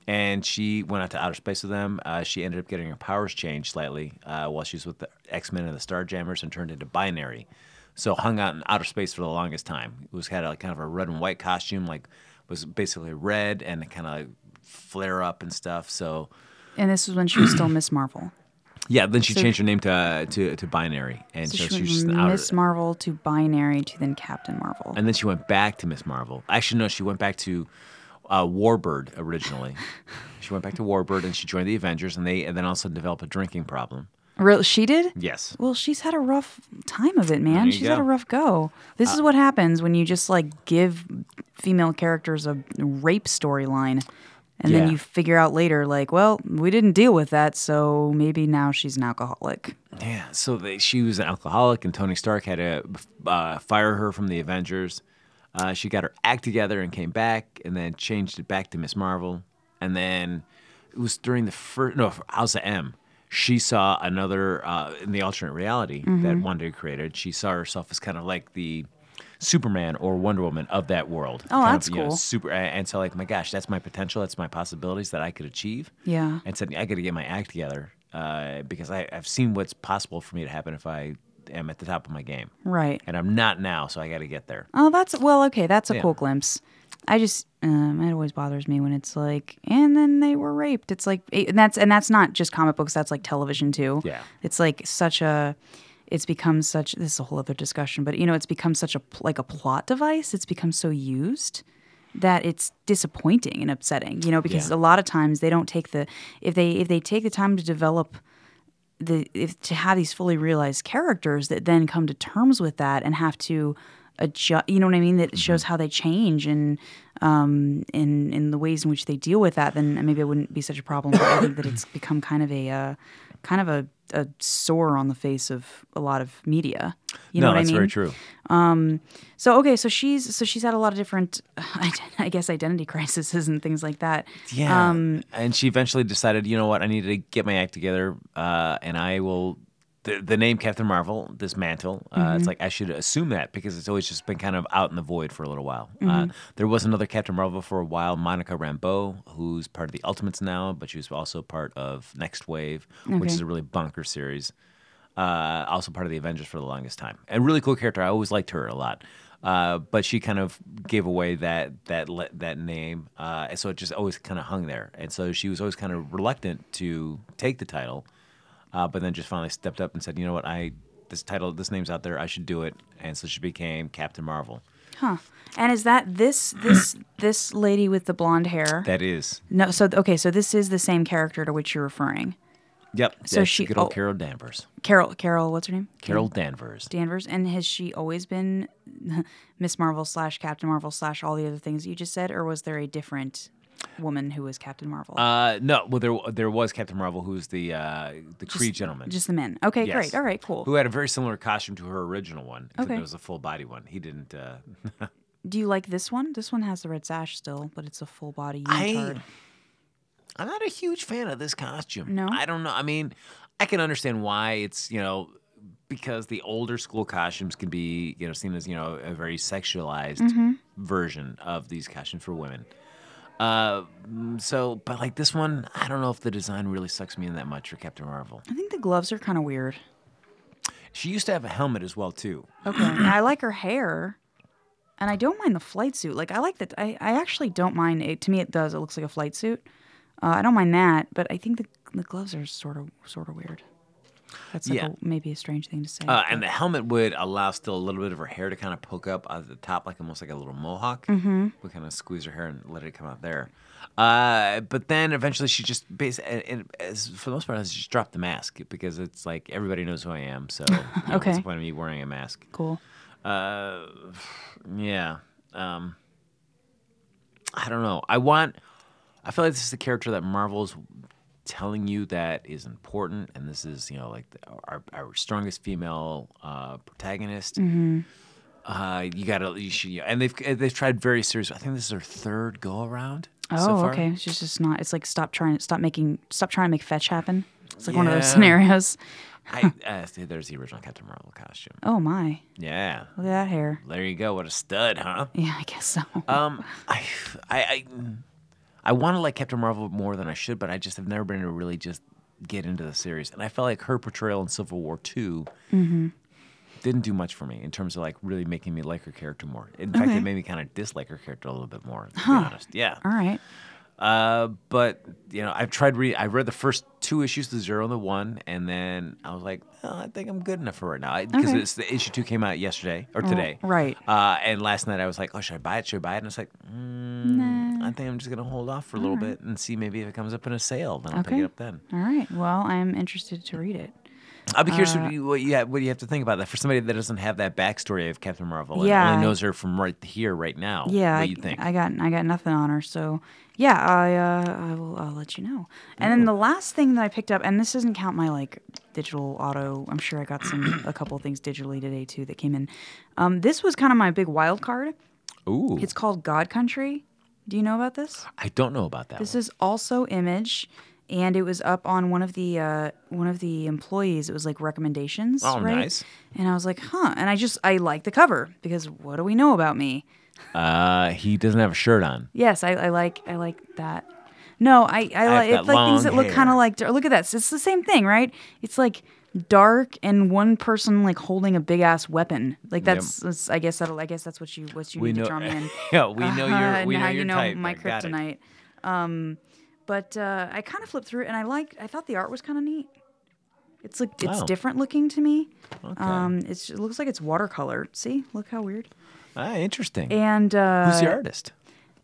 Speaker 5: and she went out to outer space with them. Uh, she ended up getting her powers changed slightly uh, while she was with the X Men and the Starjammers and turned into binary. So hung out in outer space for the longest time. It was had a, kind of a red and white costume, like was basically red and kind of flare up and stuff. So
Speaker 6: And this was when she was still Miss Marvel.
Speaker 5: Yeah, then she
Speaker 6: So-
Speaker 5: changed her name to uh, to to binary, and
Speaker 6: So
Speaker 5: so,
Speaker 6: she
Speaker 5: she
Speaker 6: went
Speaker 5: was just
Speaker 6: from
Speaker 5: an outer-
Speaker 6: Miss Marvel to Binary to then Captain Marvel.
Speaker 5: And then she went back to Miss Marvel. Actually, no, she went back to uh, Warbird originally. she went back to Warbird, and she joined the Avengers, and they and then also developed a drinking problem.
Speaker 6: Real, she did?
Speaker 5: Yes.
Speaker 6: Well, she's had a rough time of it, man.
Speaker 5: you
Speaker 6: She's had
Speaker 5: go. Uh,
Speaker 6: a rough go. This is what happens when you just like give female characters a rape storyline. And
Speaker 5: Yeah.
Speaker 6: then you figure out later, like, well, we didn't deal with that, so maybe now she's an alcoholic.
Speaker 5: Yeah. So they, she was an alcoholic, and Tony Stark had to uh, fire her from the Avengers. Uh, she got her act together and came back, and then changed it back to Miss Marvel. And then it was during the first no House of M. She saw another uh, in the alternate reality
Speaker 6: Mm-hmm.
Speaker 5: that Wanda created. She saw herself as kind of like the Superman or Wonder Woman of that world.
Speaker 6: Oh,
Speaker 5: Kind
Speaker 6: that's
Speaker 5: of, you know,
Speaker 6: cool.
Speaker 5: super, and so like, my gosh, that's my potential. That's my possibilities that I could achieve
Speaker 6: Yeah.
Speaker 5: and said, I got to get my act together uh, because I, I've seen what's possible for me to happen if I am at the top of my game.
Speaker 6: Right.
Speaker 5: And I'm not now, so I got to get there.
Speaker 6: Oh, that's well, okay. That's a
Speaker 5: Yeah.
Speaker 6: cool glimpse. I just um, it always bothers me when it's like, and then they were raped. It's like, and that's and that's not just comic books. That's like television too.
Speaker 5: Yeah.
Speaker 6: it's like such a. It's become such. This is a whole other discussion, but you know, it's become such a pl- like a plot device. It's become so used that it's disappointing and upsetting. You know, because
Speaker 5: Yeah.
Speaker 6: a lot of times they don't take the if they if they take the time to develop the if to have these fully realized characters that then come to terms with that and have to adjust you know what i mean that
Speaker 5: Mm-hmm.
Speaker 6: shows how they change and um in in the ways in which they deal with that then maybe it wouldn't be such a problem but i think that it's become kind of a uh, kind of a, a sore on the face of a lot of media you know
Speaker 5: no,
Speaker 6: what
Speaker 5: that's
Speaker 6: i mean
Speaker 5: very true.
Speaker 6: so okay so she's so she's had a lot of different i guess identity crises and things like that Um,
Speaker 5: Yeah. and she eventually decided, you know what, I need to get my act together, uh, and I will. The, the name Captain Marvel, this mantle, uh, it's like I should assume that because it's always just been kind of out in the void for a little while. Uh, there was another Captain Marvel for a while, Monica Rambeau, who's part of the Ultimates now, but she was also part of Next Wave, which is a really bonker series. uh, also part of the Avengers for the longest time. A really cool character. I always liked her a lot. Uh, but she kind of gave away that that le- that name, uh, and so it just always kind of hung there. And so she was always kind of reluctant to take the title, uh, but then just finally stepped up and said, "You know what? I this title, this name's out there. I should do it." And so she became Captain Marvel.
Speaker 6: and is that this this this lady with the blonde hair
Speaker 5: That is,
Speaker 6: No, so okay, so this is the same character to which you're referring.
Speaker 5: yep.
Speaker 6: So
Speaker 5: that's
Speaker 6: she-
Speaker 5: good old
Speaker 6: oh.
Speaker 5: Carol Danvers.
Speaker 6: Carol, Carol, what's her name?
Speaker 5: Carol Danvers.
Speaker 6: Danvers. And has she always been Miss Marvel slash Captain Marvel slash all the other things you just said, or was there a different woman who was Captain Marvel?
Speaker 5: Uh, no, well there there was Captain Marvel, who's the uh, the Cree gentleman.
Speaker 6: Just the men. Okay,
Speaker 5: Yes.
Speaker 6: great. All right, cool.
Speaker 5: who had a very similar costume to her original one. Except
Speaker 6: Okay.
Speaker 5: it was a full body one. He didn't. Uh,
Speaker 6: Do you like this one? This one has the red sash still, but it's a full body
Speaker 5: I-
Speaker 6: unitard.
Speaker 5: I'm not a huge fan of this costume.
Speaker 6: No?
Speaker 5: I don't know. I mean, I can understand why it's you know because the older school costumes can be you know seen as you know a very sexualized
Speaker 6: Mm-hmm.
Speaker 5: version of these costumes for women. Uh, mm, so but like this one, I don't know if the design really sucks me in that much for Captain Marvel.
Speaker 6: I think the gloves are kind of weird.
Speaker 5: She used to have a helmet as well too.
Speaker 6: Okay. and I like her hair. And I don't mind the flight suit. Like I like that I, I actually don't mind it to me it does. It looks like a flight suit. Uh, I don't mind that, but I think the the gloves are sort of sort of weird. That's like
Speaker 5: Yeah.
Speaker 6: a, maybe a strange thing to say.
Speaker 5: Uh, and the helmet would allow still a little bit of her hair to kind of poke up at the top, like almost like a little mohawk. Mm-hmm. We kind of squeeze her hair and let it come out there. Uh, but then eventually she just basically, as for the most part, she just dropped the mask because it's like everybody knows who I am. So you know,
Speaker 6: Okay.
Speaker 5: what's the point of me wearing a mask?
Speaker 6: cool.
Speaker 5: Uh, yeah. Um, I don't know. I want. I feel like this is the character that Marvel's telling you that is important, and this is you know like the, our our strongest female uh, protagonist.
Speaker 6: Mm-hmm.
Speaker 5: Uh, you gotta, you should, and they've they've tried very serious. I think this is their third go around.
Speaker 6: Oh,
Speaker 5: so far.
Speaker 6: okay. She's just not it's like stop trying stop making stop trying to make fetch happen. It's like one of those
Speaker 5: Yeah.
Speaker 6: scenarios.
Speaker 5: I, uh, see, there's the original Captain Marvel costume.
Speaker 6: Oh my.
Speaker 5: Yeah,
Speaker 6: Look at that hair.
Speaker 5: there you go. What a stud, huh?
Speaker 6: Yeah, I guess so.
Speaker 5: Um, I, I, I, I want to like Captain Marvel more than I should, but I just have never been able to really just get into the series. And I felt like her portrayal in Civil War 2 didn't do much for me in terms of like really making me like her character more. In fact, it made me kind of dislike her character a little bit more. To be honest, yeah.
Speaker 6: All right.
Speaker 5: Uh, but you know, I've tried read. I read the first two issues, the zero and the one, and then I was like, oh, I think I'm good enough for right now because
Speaker 6: Okay. Oh,
Speaker 5: it's the issue two came out yesterday or today,
Speaker 6: right.
Speaker 5: Uh, and last night I was like, oh, should I buy it? Should I buy it? And I was like, mm, I think I'm just gonna hold off for a little bit and see maybe if it comes up in a sale, then I'll pick
Speaker 6: Okay.
Speaker 5: it up then.
Speaker 6: All right. Well, I'm interested to read it.
Speaker 5: I'll be
Speaker 6: Uh,
Speaker 5: curious what, you, what you have, what you have to think about that for somebody that doesn't have that backstory of Captain Marvel and
Speaker 6: Yeah.
Speaker 5: only knows her from right here, right now.
Speaker 6: Yeah,
Speaker 5: what
Speaker 6: I,
Speaker 5: you think?
Speaker 6: I got I got nothing on her, so yeah, I uh, I will I'll let you know.
Speaker 5: Mm-hmm.
Speaker 6: And then the last thing that I picked up, and this doesn't count my like digital auto. I'm sure I got some a couple of things digitally today too that came in. Um, this was kind of my big wild card.
Speaker 5: Ooh,
Speaker 6: It's called God Country. Do you know about this?
Speaker 5: I don't know about that.
Speaker 6: This
Speaker 5: one.
Speaker 6: is also Image, and it was up on one of the uh, one of the employees. It was like recommendations.
Speaker 5: Oh,
Speaker 6: right?
Speaker 5: nice.
Speaker 6: And I was like, huh. And I just I like the cover because what do we know about me?
Speaker 5: Uh, he doesn't have a shirt on.
Speaker 6: Yes, I, I like I like that. No, I I,
Speaker 5: I've
Speaker 6: like
Speaker 5: got
Speaker 6: it's like
Speaker 5: long
Speaker 6: things that look kind
Speaker 5: hair.
Speaker 6: of like look at that. It's the same thing, right? It's like dark and one person like holding a big ass weapon. Like that's, that's I guess that will I guess that's what you what you
Speaker 5: We
Speaker 6: need
Speaker 5: know.
Speaker 6: to draw me in.
Speaker 5: yeah, we know
Speaker 6: Uh,
Speaker 5: your we
Speaker 6: now
Speaker 5: know
Speaker 6: you
Speaker 5: your
Speaker 6: know
Speaker 5: type.
Speaker 6: my
Speaker 5: I got it.
Speaker 6: kryptonite. Um, but uh, I kind of flipped through it and I liked. I thought the art was kind of neat. It's like it's
Speaker 5: Oh.
Speaker 6: different looking to me.
Speaker 5: Okay.
Speaker 6: Um, it's, it looks like it's watercolor. See, look how weird.
Speaker 5: Ah, interesting.
Speaker 6: And uh,
Speaker 5: Who's the artist?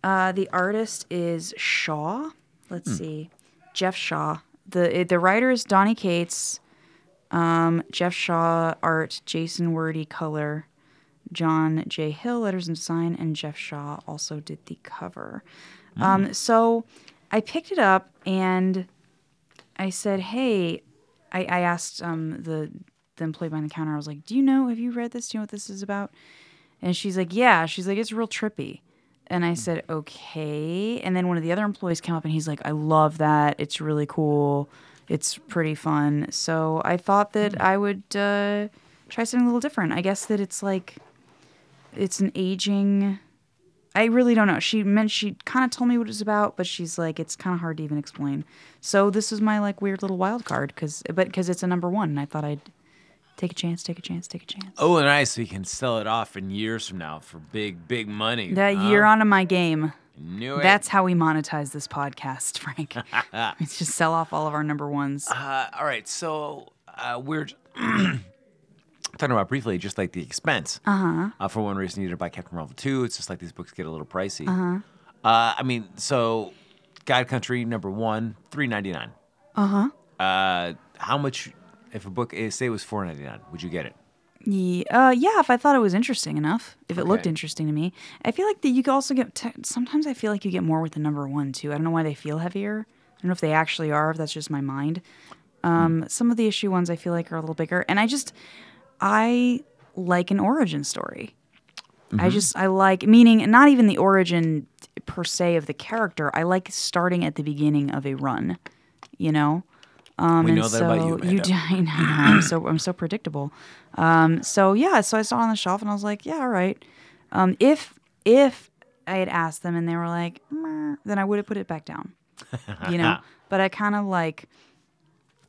Speaker 6: uh, the artist is Shaw. Let's see, Jeff Shaw. the The writer is Donnie Cates. Um, Jeff Shaw art, Jason Wordy color, John J Hill letters and design, and Jeff Shaw also did the cover. Um, so I picked it up and I said, "Hey," I, I asked um, the the employee behind the counter. I was like, "Do you know? Have you read this? Do you know what this is about?" And she's like, Yeah. She's like, It's real trippy. And I said, Okay. And then one of the other employees came up and he's like, I love that. It's really cool. It's pretty fun. So I thought that I would uh, try something a little different. I guess that it's like, it's an aging. I really don't know. She meant she kind of told me what it was about, but she's like, it's kind of hard to even explain. So this is my like weird little wild card, cause but because it's a number one, and I thought I'd take a chance, take a chance, take a chance.
Speaker 5: Oh, nice. So you can sell it off in years from now for big, big money.
Speaker 6: That
Speaker 5: huh?
Speaker 6: you're onto my game.
Speaker 5: Knew it.
Speaker 6: That's how we monetize this podcast, Frank. we just sell off all of our number ones.
Speaker 5: Uh, all right, so uh, we're talking about briefly just like the expense. Uh-huh. for one reason, either by Captain Marvel 2, it's just like these books get a little pricey. Uh-huh. I mean, so God Country number one, three ninety nine. Uh-huh. Uh How much, if a book is, say it was four ninety nine, would you get it?
Speaker 6: Ye- uh, yeah, if I thought it was interesting enough, if it looked
Speaker 5: Okay.
Speaker 6: interesting to me, I feel like that you could also get. T- sometimes I feel like you get more with the number one too. I don't know why they feel heavier. I don't know if they actually are. If that's just my mind. Um, some of the issue ones I feel like are a little bigger, and I just I like an origin story.
Speaker 5: Mm-hmm.
Speaker 6: I just I like meaning not even the origin per se of the character. I like starting at the beginning of a run. You know. Um,
Speaker 5: We
Speaker 6: and
Speaker 5: know that
Speaker 6: so
Speaker 5: about you, Amanda.
Speaker 6: do. I know. I'm so I'm so predictable. Um, so yeah, so I saw it on the shelf and I was like, yeah, all right. Um, if if I had asked them and they were like, "Meh," then I would have put it back down. You know. but I kind of like.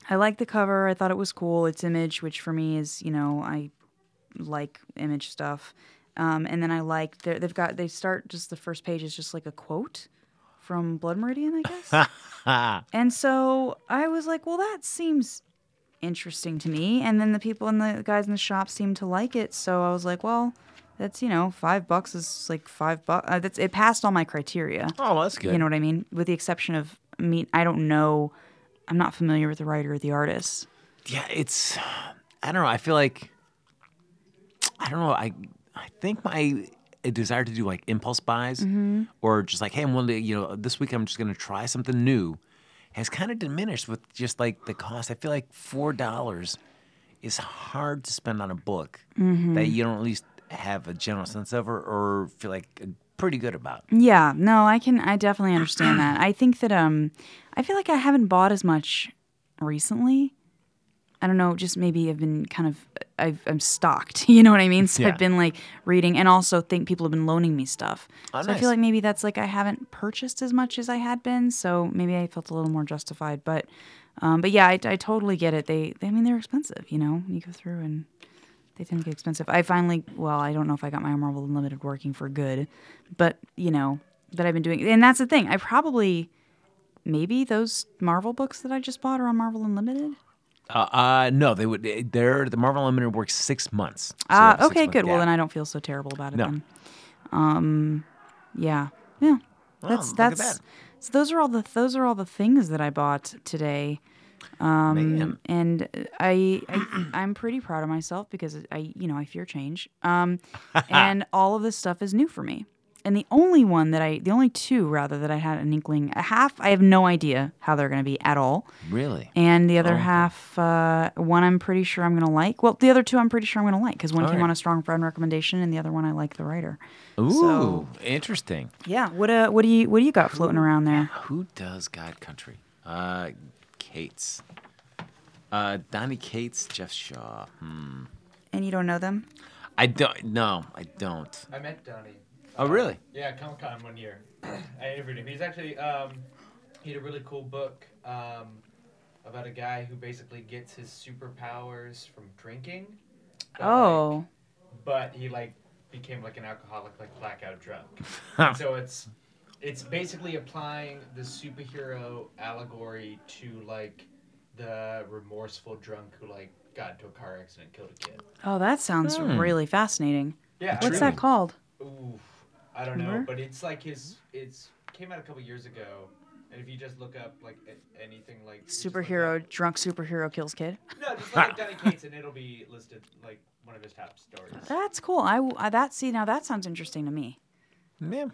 Speaker 6: I like the cover. I thought it was cool. It's image, which for me is you know I like image stuff. Um, and then I like they're- they've got they start just the first page is just like a quote from Blood Meridian, I guess. And so I was like, well, that seems interesting to me. And then the people and the guys in the shop seemed to like it. So I was like, well, that's, you know, five bucks is like five bucks. Uh, that's, it passed all my criteria.
Speaker 5: Oh, that's good.
Speaker 6: You know what I mean? With the exception of, I mean, I don't know. I'm not familiar with the writer or the artist.
Speaker 5: yeah, it's. I don't know. I feel like. I don't know. I I think my desire to do like impulse buys
Speaker 6: Mm-hmm.
Speaker 5: or just like, hey, I'm one day, you know, this week I'm just gonna try something new, has kind of diminished with just like the cost. I feel like four dollars is hard to spend on a book
Speaker 6: Mm-hmm.
Speaker 5: that you don't at least have a general sense of or, or feel like uh, pretty good about.
Speaker 6: Yeah, no, I can. I definitely understand that. I think that um, I feel like I haven't bought as much recently. I don't know, just maybe I've been kind of I've, I'm stocked. You know what I mean? So
Speaker 5: Yeah.
Speaker 6: I've been like reading, and also think people have been loaning me stuff.
Speaker 5: Oh,
Speaker 6: so I
Speaker 5: nice.
Speaker 6: feel like maybe that's like I haven't purchased as much as I had been. So maybe I felt a little more justified. But, um, but yeah, I, I totally get it. They, they, I mean, they're expensive. You know, you go through and they tend to get expensive. I finally, well, I don't know if I got my Marvel Unlimited working for good, but you know, that I've been doing, and that's the thing. I probably maybe those Marvel books that I just bought are on Marvel Unlimited.
Speaker 5: Uh, uh, no, they would. They're the Marvel Unlimited works six months. So they
Speaker 6: Ah,
Speaker 5: have a
Speaker 6: okay,
Speaker 5: six-month-
Speaker 6: good. Well,
Speaker 5: yeah.
Speaker 6: then I don't feel so terrible about it.
Speaker 5: No.
Speaker 6: Then, um, yeah, yeah. That's
Speaker 5: Oh, look at
Speaker 6: that's. So those are all the those are all the things that I bought today, um,
Speaker 5: Man.
Speaker 6: and I, I I'm pretty proud of myself because I you know I fear change. Um, and all of this stuff is new for me. And the only one that I the only two rather that I had an inkling a half I have no idea how they're going to be at all.
Speaker 5: Really?
Speaker 6: And the other
Speaker 5: Oh,
Speaker 6: half, uh, one I'm pretty sure I'm going to like. Well, the other two I'm pretty sure I'm going to like because one came
Speaker 5: right.
Speaker 6: on a strong friend recommendation, and the other one I like the writer.
Speaker 5: Ooh,
Speaker 6: So-
Speaker 5: interesting.
Speaker 6: Yeah. What uh, What do you What do you got floating around there?
Speaker 5: Who does God Country? Uh, Cates. Uh, Donnie Cates, Jeff Shaw. Hmm.
Speaker 6: And you don't know them?
Speaker 5: I don't. No, I don't.
Speaker 7: I met Donnie.
Speaker 5: Oh, really?
Speaker 7: Yeah, Comic Con one year. I interviewed him. He's actually um, he had a really cool book um, about a guy who basically gets his superpowers from drinking. but, like,
Speaker 6: Oh,
Speaker 7: but he like became like an alcoholic, like blackout drunk. And so it's it's basically applying the superhero allegory to like the remorseful drunk who like got into a car accident and killed a kid.
Speaker 6: oh, that sounds
Speaker 5: Hmm.
Speaker 6: really fascinating.
Speaker 7: Yeah.
Speaker 6: What's that called?
Speaker 7: Ooh, I don't know,
Speaker 6: Remember?
Speaker 7: but it's like his. It's came out a couple years ago, and if you just look up like a- anything like you just look
Speaker 6: Superhero drunk superhero kills kid.
Speaker 7: up- no, just look up Donny Cates, and it'll be listed like one of his top stories.
Speaker 6: That's cool. I, w- I- that see now that sounds interesting to me.
Speaker 5: Yeah.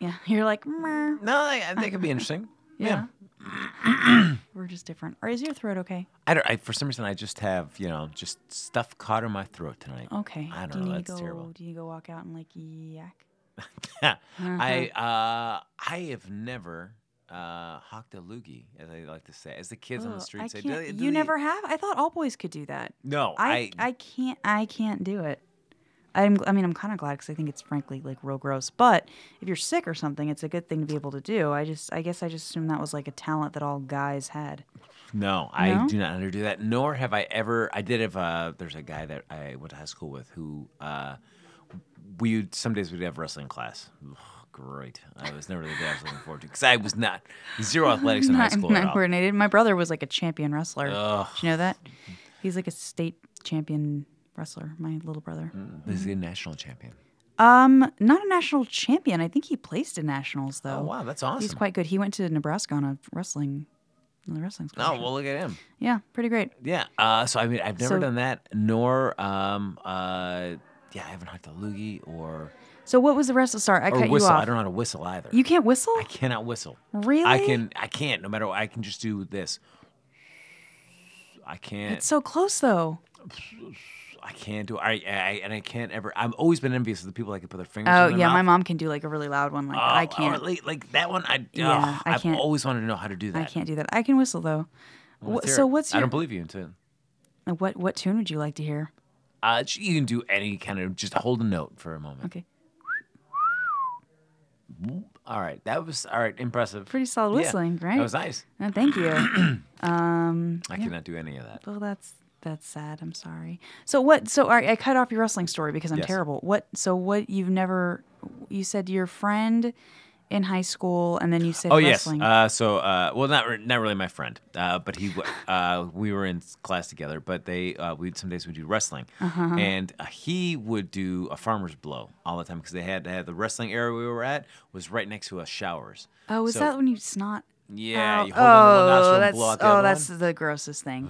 Speaker 6: Yeah, you're like, "Meh."
Speaker 5: No, I, I think it'd be interesting.
Speaker 6: yeah. We're just different. Or is your throat okay?
Speaker 5: I don't. I, for some reason, I just have you know just stuff caught in my throat tonight.
Speaker 6: Okay.
Speaker 5: I
Speaker 6: do
Speaker 5: don't
Speaker 6: you
Speaker 5: know.
Speaker 6: Need to
Speaker 5: That's
Speaker 6: go,
Speaker 5: terrible.
Speaker 6: Do you need to go walk out and like yak?
Speaker 5: I uh, I have never uh, hawked a loogie, as I like to say, as the kids on the
Speaker 6: Ugh, Oh, I
Speaker 5: streets say.
Speaker 6: can't-
Speaker 5: Do they- do
Speaker 6: you
Speaker 5: they-
Speaker 6: never have. I thought all boys could do that.
Speaker 5: No,
Speaker 6: I, I, can't. I can't do it. I'm, I mean, I'm kind of glad because I think it's frankly like real gross. But if you're sick or something, it's a good thing to be able to do. I just, I guess, I just assumed that was like a talent that all guys had.
Speaker 5: No, I
Speaker 6: No?
Speaker 5: do not ever do that. Nor have I ever. I did have. Uh, there's a guy that I went to high school with who uh, we some days we'd have wrestling class. Ugh, great. I was never the guy I was looking forward to because I was not zero athletics in high
Speaker 6: Not,
Speaker 5: school at
Speaker 6: not
Speaker 5: all.
Speaker 6: coordinated. My brother was like a champion wrestler.
Speaker 5: Ugh.
Speaker 6: Did you know that? He's like a state champion wrestler. My little brother.
Speaker 5: He's a national champion.
Speaker 6: Um, not a national champion. I think he placed in nationals though.
Speaker 5: Oh wow, that's awesome.
Speaker 6: He's quite good. He went to Nebraska on a wrestling, on the wrestling school.
Speaker 5: Oh well, look at him.
Speaker 6: yeah, pretty great.
Speaker 5: Yeah. Uh, so I mean, I've never
Speaker 6: So-
Speaker 5: done that. Nor um, uh, yeah, I haven't hawked a loogie or
Speaker 6: So what was the rest of? Sorry, I
Speaker 5: or
Speaker 6: cut
Speaker 5: whistle.
Speaker 6: you
Speaker 5: I
Speaker 6: off.
Speaker 5: don't know how to whistle either.
Speaker 6: You can't whistle.
Speaker 5: I cannot whistle. I
Speaker 6: Really?
Speaker 5: can. I can't. No matter. what. I can just do this. I can't.
Speaker 6: It's so close though.
Speaker 5: I can't do. I, I and I can't ever. I've always been envious of the people that can put their fingers.
Speaker 6: Oh
Speaker 5: in their
Speaker 6: yeah, my
Speaker 5: mouth.
Speaker 6: mom can do like a really loud one. Like that.
Speaker 5: Oh,
Speaker 6: I
Speaker 5: oh,
Speaker 6: can't.
Speaker 5: like, like that one. I.
Speaker 6: Yeah,
Speaker 5: ugh,
Speaker 6: I
Speaker 5: I've
Speaker 6: can't-
Speaker 5: always wanted to know how to do that.
Speaker 6: I can't do that. I can whistle though.
Speaker 5: I wanna
Speaker 6: Wh-
Speaker 5: hear
Speaker 6: so
Speaker 5: it.
Speaker 6: what's
Speaker 5: I
Speaker 6: your
Speaker 5: don't believe you too.
Speaker 6: what what tune would you like to hear?
Speaker 5: Uh, j- you can do any kind of. Just hold a note for a moment.
Speaker 6: Okay,
Speaker 5: All right, that was all right. Impressive.
Speaker 6: Mm. pretty solid
Speaker 5: Yeah,
Speaker 6: whistling, right?
Speaker 5: That was nice.
Speaker 6: Uh, thank you.
Speaker 5: I cannot do any of that.
Speaker 6: well, that's that's sad. I'm sorry. So what? So all right, I cut off your wrestling story because I'm
Speaker 5: Yes.
Speaker 6: terrible. What? So what? You've never? You said your friend in high school, and then you said
Speaker 5: Oh
Speaker 6: wrestling.
Speaker 5: yes. Uh, so uh, well, not re- not really my friend, uh, but he w- uh, we were in class together. But they uh, we some days we do wrestling,
Speaker 6: Uh-huh.
Speaker 5: and uh, he would do a farmer's blow all the time because they had they had the wrestling area we were at was right next to us showers.
Speaker 6: oh, is
Speaker 5: so-
Speaker 6: that when you snot?
Speaker 5: Yeah,
Speaker 6: out?
Speaker 5: you hold on to one nostril
Speaker 6: oh,
Speaker 5: and
Speaker 6: that's
Speaker 5: blow out the
Speaker 6: oh,
Speaker 5: other
Speaker 6: that's
Speaker 5: one.
Speaker 6: the grossest thing.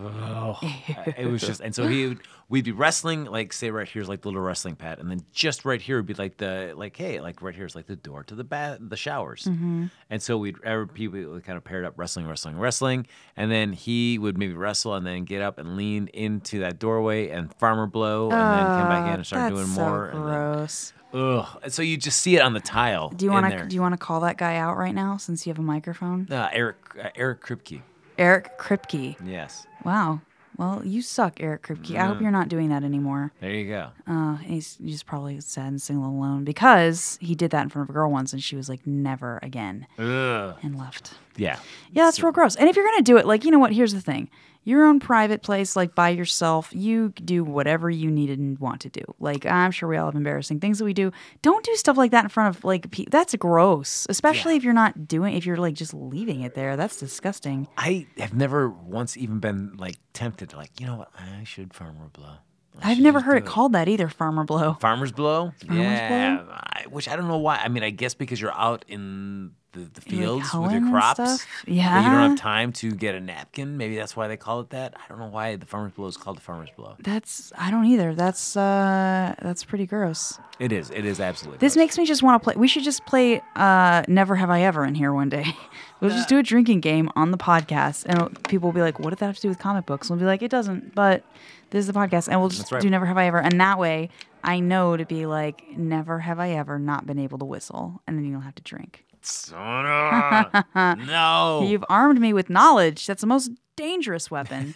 Speaker 5: Uh, it was just, and so he would, we'd be wrestling, like say right here's like the little wrestling pad, and then just right here would be like the like hey, like right here's like the door to the bath, the showers,
Speaker 6: Mm-hmm.
Speaker 5: and so we'd every people would kind of paired up wrestling, wrestling, wrestling, and then he would maybe wrestle and then get up and lean into that doorway and farmer blow, and then come back in and start
Speaker 6: Oh, That's
Speaker 5: doing
Speaker 6: so
Speaker 5: more.
Speaker 6: gross.
Speaker 5: And then, ugh, and so you just see it on the tile.
Speaker 6: Do you
Speaker 5: want
Speaker 6: want to do you want to call that guy out right now since you have a microphone?
Speaker 5: uh, Eric uh, Eric Kripke?
Speaker 6: Eric Kripke.
Speaker 5: Yes,
Speaker 6: Wow. Well, you suck, Eric Kripke. I hope you're not doing that anymore.
Speaker 5: there you go.
Speaker 6: Uh, he's just probably sad and singing alone because he did that in front of a girl once and she was like, never again,
Speaker 5: Ugh.
Speaker 6: and left.
Speaker 5: Yeah,
Speaker 6: Yeah, that's real gross. And if you're gonna do it, like you know what? Here's the thing: your own private place, like by yourself, you do whatever you need and want to do. Like I'm sure we all have embarrassing things that we do. Don't do stuff like that in front of like pe- that's gross, especially if you're not doing. If you're like just leaving it there, that's disgusting.
Speaker 5: I have never once even been like tempted, like, you know what, I should farmer blow. I
Speaker 6: I've
Speaker 5: should
Speaker 6: never
Speaker 5: just
Speaker 6: heard
Speaker 5: do
Speaker 6: it called that either. Farmer blow.
Speaker 5: Farmer's blow? yeah.
Speaker 6: blow?
Speaker 5: I, which I don't know why. I mean, I guess because you're out in the, the
Speaker 6: You're, like,
Speaker 5: fields with
Speaker 6: hoeing
Speaker 5: your
Speaker 6: and
Speaker 5: crops.
Speaker 6: stuff?
Speaker 5: that You don't
Speaker 6: Yeah.
Speaker 5: have time to get a napkin. Maybe that's why they call it that. I don't know why the farmer's blow is called the farmer's blow.
Speaker 6: That's I don't either. That's uh that's pretty gross.
Speaker 5: It is. It is absolutely.
Speaker 6: This
Speaker 5: gross.
Speaker 6: makes me just want to play. We should just play uh, Never Have I Ever in here one day. We'll just do a drinking game on the podcast, and people will be like, What did that have to do with comic books? And we'll be like, It doesn't, but this is the podcast. And we'll just
Speaker 5: That's right.
Speaker 6: do Never Have I Ever. And that way, I know to be like, Never have I ever not been able to whistle. And then you don't have to drink.
Speaker 5: Sona! no.
Speaker 6: You've armed me with knowledge. That's the most dangerous weapon.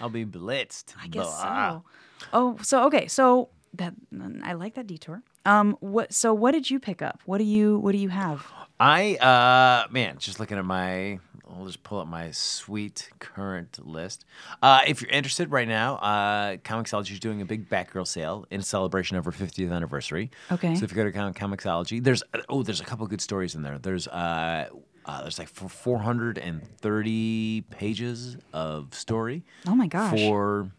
Speaker 5: I'll be blitzed.
Speaker 6: I guess so. Oh, so okay, so that I like that detour. Um, what? So what did you pick up? What do you What do you have?
Speaker 5: I uh man, just looking at my I'll just pull up my sweet current list. Uh if you're interested right now, uh Comixology is doing a big Batgirl sale in celebration of her 50th anniversary.
Speaker 6: Okay.
Speaker 5: So if you go to Com- Comixology, there's oh, there's a couple good stories in there. There's uh, uh there's like four- 430 pages of story.
Speaker 6: Oh my gosh.
Speaker 5: For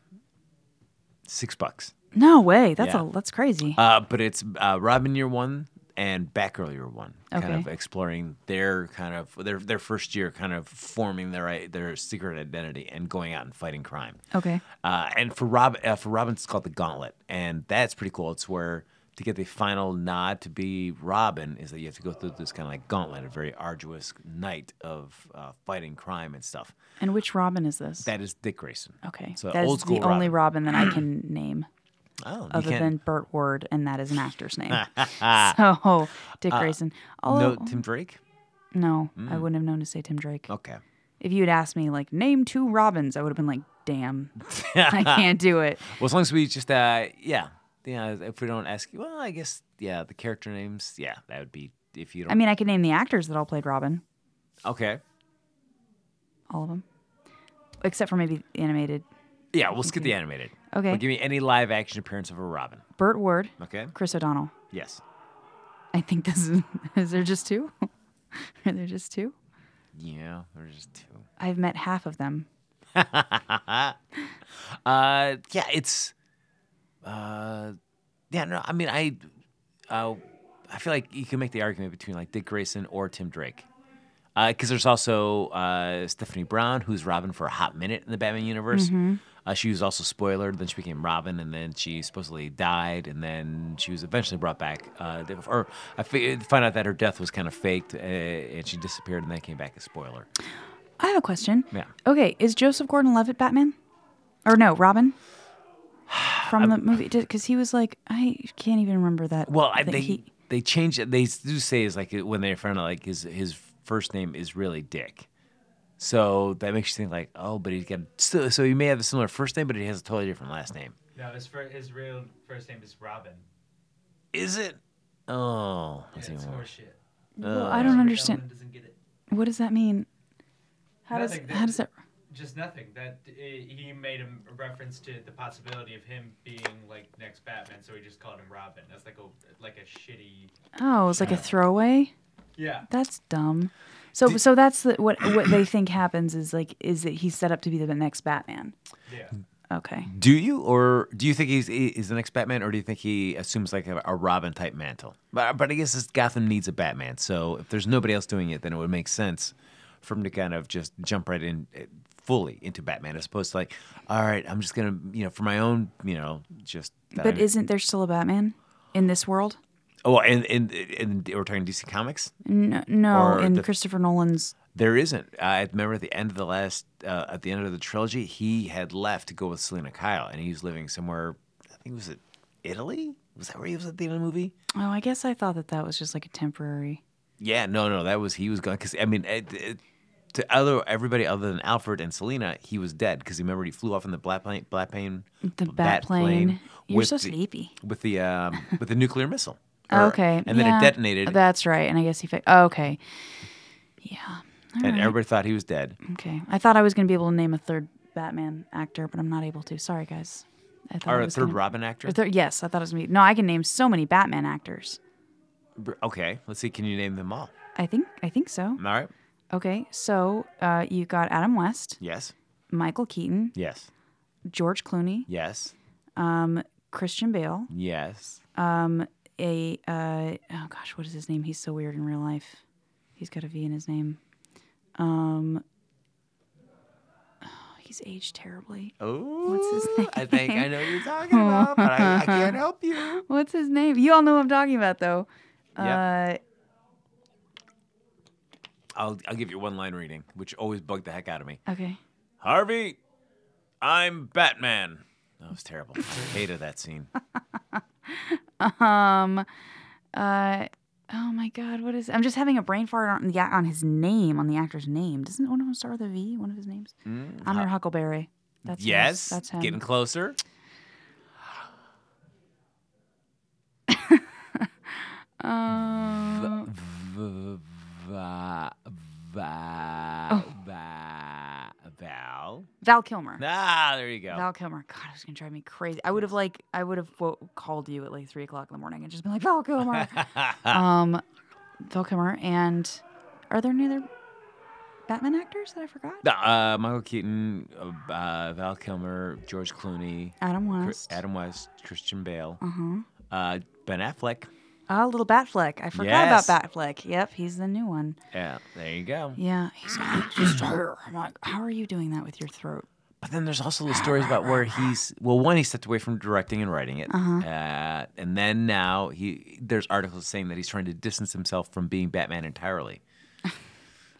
Speaker 5: 6 bucks.
Speaker 6: No way. That's
Speaker 5: Yeah.
Speaker 6: a that's crazy.
Speaker 5: Uh, but it's uh, Robin year one and Batgirl year one, kind
Speaker 6: Okay.
Speaker 5: of exploring their kind of their their first year, kind of forming their i- their secret identity and going out and fighting crime.
Speaker 6: okay.
Speaker 5: Uh, and for Rob, uh, for Robin, it's called the Gauntlet, and that's pretty cool. It's where to get the final nod to be Robin is that you have to go through this kind of like gauntlet, a very arduous night of uh, fighting crime and stuff.
Speaker 6: And which Robin is this?
Speaker 5: That is Dick Grayson.
Speaker 6: okay.
Speaker 5: so
Speaker 6: that is
Speaker 5: old school
Speaker 6: the only Robin that I can name
Speaker 5: Oh, you
Speaker 6: other
Speaker 5: can't- Ah,
Speaker 6: than Burt Ward, and that is an actor's name. so Dick Grayson. Although
Speaker 5: Uh, no Tim Mm. Drake.
Speaker 6: no, I wouldn't have known to say Tim Drake.
Speaker 5: Okay.
Speaker 6: If you had asked me like name two Robins, I would have been like, damn, I can't do it.
Speaker 5: Well, as long as we just, uh, yeah, yeah. If we don't ask you, well, I guess, yeah, the character names, yeah, that would be if you don't.
Speaker 6: I mean, I could name the actors that all played Robin.
Speaker 5: okay,
Speaker 6: All of them. Except for maybe the animated.
Speaker 5: yeah, we'll skip the animated.
Speaker 6: Okay.
Speaker 5: But give me any live action appearance of a Robin.
Speaker 6: Burt Ward,
Speaker 5: Okay.
Speaker 6: Chris O'Donnell.
Speaker 5: Yes.
Speaker 6: I think this is. Is there just two? Are there just two?
Speaker 5: Yeah, there's just two.
Speaker 6: I've met half of them.
Speaker 5: Uh, yeah, it's, uh, yeah, no, I mean, I, uh, I feel like you can make the argument between like Dick Grayson or Tim Drake. Because there's also uh, Stephanie Brown, who's Robin for a hot minute in the Batman universe. Uh, she was also spoilered, then she became Robin, and then she supposedly died, and then she was eventually brought back. Uh, they- or I fi- found out that her death was kind of faked, uh, and she disappeared, and then came back as spoiler.
Speaker 6: I have a question.
Speaker 5: Yeah.
Speaker 6: Okay, is Joseph Gordon-Levitt Batman? Or no, Robin? From the movie, because he was like, I can't even remember that.
Speaker 5: Well, I,
Speaker 6: that
Speaker 5: they
Speaker 6: he-
Speaker 5: they change it. They do say is like when they found out like his his first name is really Dick, so that makes you think like oh, but he's got so, so he may have a similar first name, but he has a totally different last name.
Speaker 7: No, his fir- his real first name is Robin.
Speaker 5: Is it? Oh, that's
Speaker 7: Yeah, it's
Speaker 5: even worse.
Speaker 7: horseshit.
Speaker 6: well,
Speaker 5: uh,
Speaker 6: I don't
Speaker 7: Christopher
Speaker 6: understand.
Speaker 7: Nolan doesn't get it.
Speaker 6: What does that mean? How does
Speaker 7: Nothing.
Speaker 6: how does that?
Speaker 7: Just nothing. That uh, he made a m- a reference to the possibility of him being like next Batman, so he just called him Robin. That's like a like a shitty.
Speaker 6: Oh, it's like a throwaway.
Speaker 7: Yeah.
Speaker 6: That's dumb. So, so that's the, what what they think happens is like is that he's set up to be the next Batman.
Speaker 7: Yeah.
Speaker 6: Okay.
Speaker 5: Do you or do you think he's he- he's the next Batman, or do you think he assumes like a, a Robin type mantle? But but I guess this Gotham needs a Batman, so if there's nobody else doing it, then it would make sense for him to kind of just jump right in eh, fully into Batman, as opposed to like, all right, I'm just gonna you know for my own you know just. that
Speaker 6: But
Speaker 5: I-
Speaker 6: isn't there still a Batman in this world?
Speaker 5: oh and and, and we're talking DC Comics.
Speaker 6: No, no
Speaker 5: Or
Speaker 6: in
Speaker 5: the-
Speaker 6: Christopher Nolan's.
Speaker 5: There isn't. I remember at the end of the last, uh, at the end of the trilogy, he had left to go with Selena Kyle, and he was living somewhere. I think was it Italy? Was that where he was at the end of the movie?
Speaker 6: Oh, I guess I thought that that was just like a temporary.
Speaker 5: Yeah, no, no, that was he was gone because I mean, it, it, to other everybody other than Alfred and Selena, he was dead because remember he flew off in the black plane, black plane,
Speaker 6: The
Speaker 5: b-
Speaker 6: bat plane. You're
Speaker 5: with
Speaker 6: so
Speaker 5: the-
Speaker 6: sleepy.
Speaker 5: with the um, with the nuclear missile. Or-
Speaker 6: Oh, Okay.
Speaker 5: and then
Speaker 6: yeah,
Speaker 5: it detonated.
Speaker 6: That's right. And I guess he. Fi- oh, okay. Yeah.
Speaker 5: and everybody thought he was dead.
Speaker 6: Okay. I thought I was going to be able to name a third Batman actor, but I'm not able to. Sorry, guys. I thought I
Speaker 5: Or a
Speaker 6: was
Speaker 5: third
Speaker 6: gonna-
Speaker 5: Robin actor.
Speaker 6: Or third, yes, I thought it was me. No, I can name so many Batman actors.
Speaker 5: Br- okay, let's see. Can you name them all?
Speaker 6: I think I think so.
Speaker 5: All right.
Speaker 6: Okay, so uh, you got Adam West,
Speaker 5: Yes.
Speaker 6: Michael Keaton,
Speaker 5: Yes.
Speaker 6: George Clooney,
Speaker 5: Yes.
Speaker 6: um, Christian Bale,
Speaker 5: Yes.
Speaker 6: um, a uh, oh gosh, what is his name? He's so weird in real life. He's got a V in his name. Um, oh, he's aged terribly.
Speaker 5: Oh,
Speaker 6: What's his
Speaker 5: I think I know what you're talking about, but I, I can't help you.
Speaker 6: What's his name? You all know who I'm talking about, though.
Speaker 5: Yep. I'll I'll give you one line reading, which always bugged the heck out of me.
Speaker 6: Uh, okay.
Speaker 5: Harvey, I'm Batman. That was terrible. I hated that scene.
Speaker 6: Um, uh, oh my God, what is? I'm just having a brain fart on yeah on his name, on the actor's name. Doesn't one of them start with a V? One of his names. Honor Huckleberry. That's his-
Speaker 5: Mm, yes,
Speaker 6: that's him.
Speaker 5: getting closer.
Speaker 6: Uh,
Speaker 5: V- va- va-
Speaker 6: Oh.
Speaker 5: va- Val.
Speaker 6: Val Kilmer.
Speaker 5: Ah, there you go.
Speaker 6: Val Kilmer. God, it was gonna drive me crazy. I would have like, I would have wo- called you at like three o'clock in the morning and just been like, Val Kilmer. um, Val Kilmer. And are there any other Batman actors that I forgot?
Speaker 5: Uh, Michael Keaton, uh, uh, Val Kilmer, George Clooney,
Speaker 6: Adam
Speaker 5: Chr-
Speaker 6: West.
Speaker 5: Adam West, Christian Bale,
Speaker 6: Uh huh.
Speaker 5: uh, Ben Affleck.
Speaker 6: Ah, little Batfleck. I forgot
Speaker 5: Yes.
Speaker 6: about Batfleck. Yep, he's the new one.
Speaker 5: Yeah, there you go.
Speaker 6: Yeah, he's like, just her. I'm like, how are you doing that with your throat?
Speaker 5: But then there's also the stories about where he's well, one he stepped away from directing and writing it, uh
Speaker 6: Uh-huh.
Speaker 5: and then now he there's articles saying that he's trying to distance himself from being Batman entirely.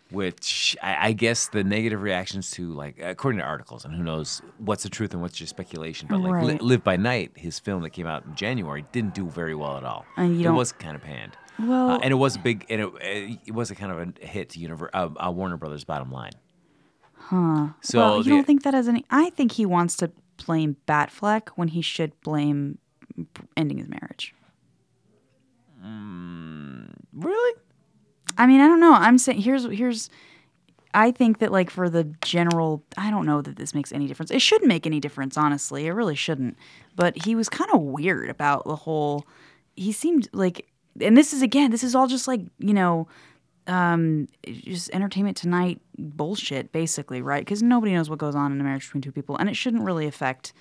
Speaker 5: Which I, I guess the negative reactions to like according to articles and who knows what's the truth and what's just speculation, but like Li-
Speaker 6: Right.
Speaker 5: Live by Night, his film that came out in January didn't do very well at all.
Speaker 6: And you
Speaker 5: it
Speaker 6: don't-
Speaker 5: was kind of panned.
Speaker 6: Well-
Speaker 5: Uh, and it was a big, and it, it was a kind of a hit to Univer- uh, uh, Warner Brothers' bottom line. Huh. So
Speaker 6: well, you
Speaker 5: the-
Speaker 6: don't think that has any. I think he wants to blame Batfleck when he should blame ending his marriage.
Speaker 5: really?
Speaker 6: I mean, I don't know. I'm saying here's here's. I think that like for the general, I don't know that this makes any difference. It shouldn't make any difference, honestly. It really shouldn't. But he was kind of weird about the whole. He seemed like, and this is again, this is all just like you know, um, just entertainment tonight bullshit, basically, right? Because nobody knows what goes on in a marriage between two people, and it shouldn't really affect,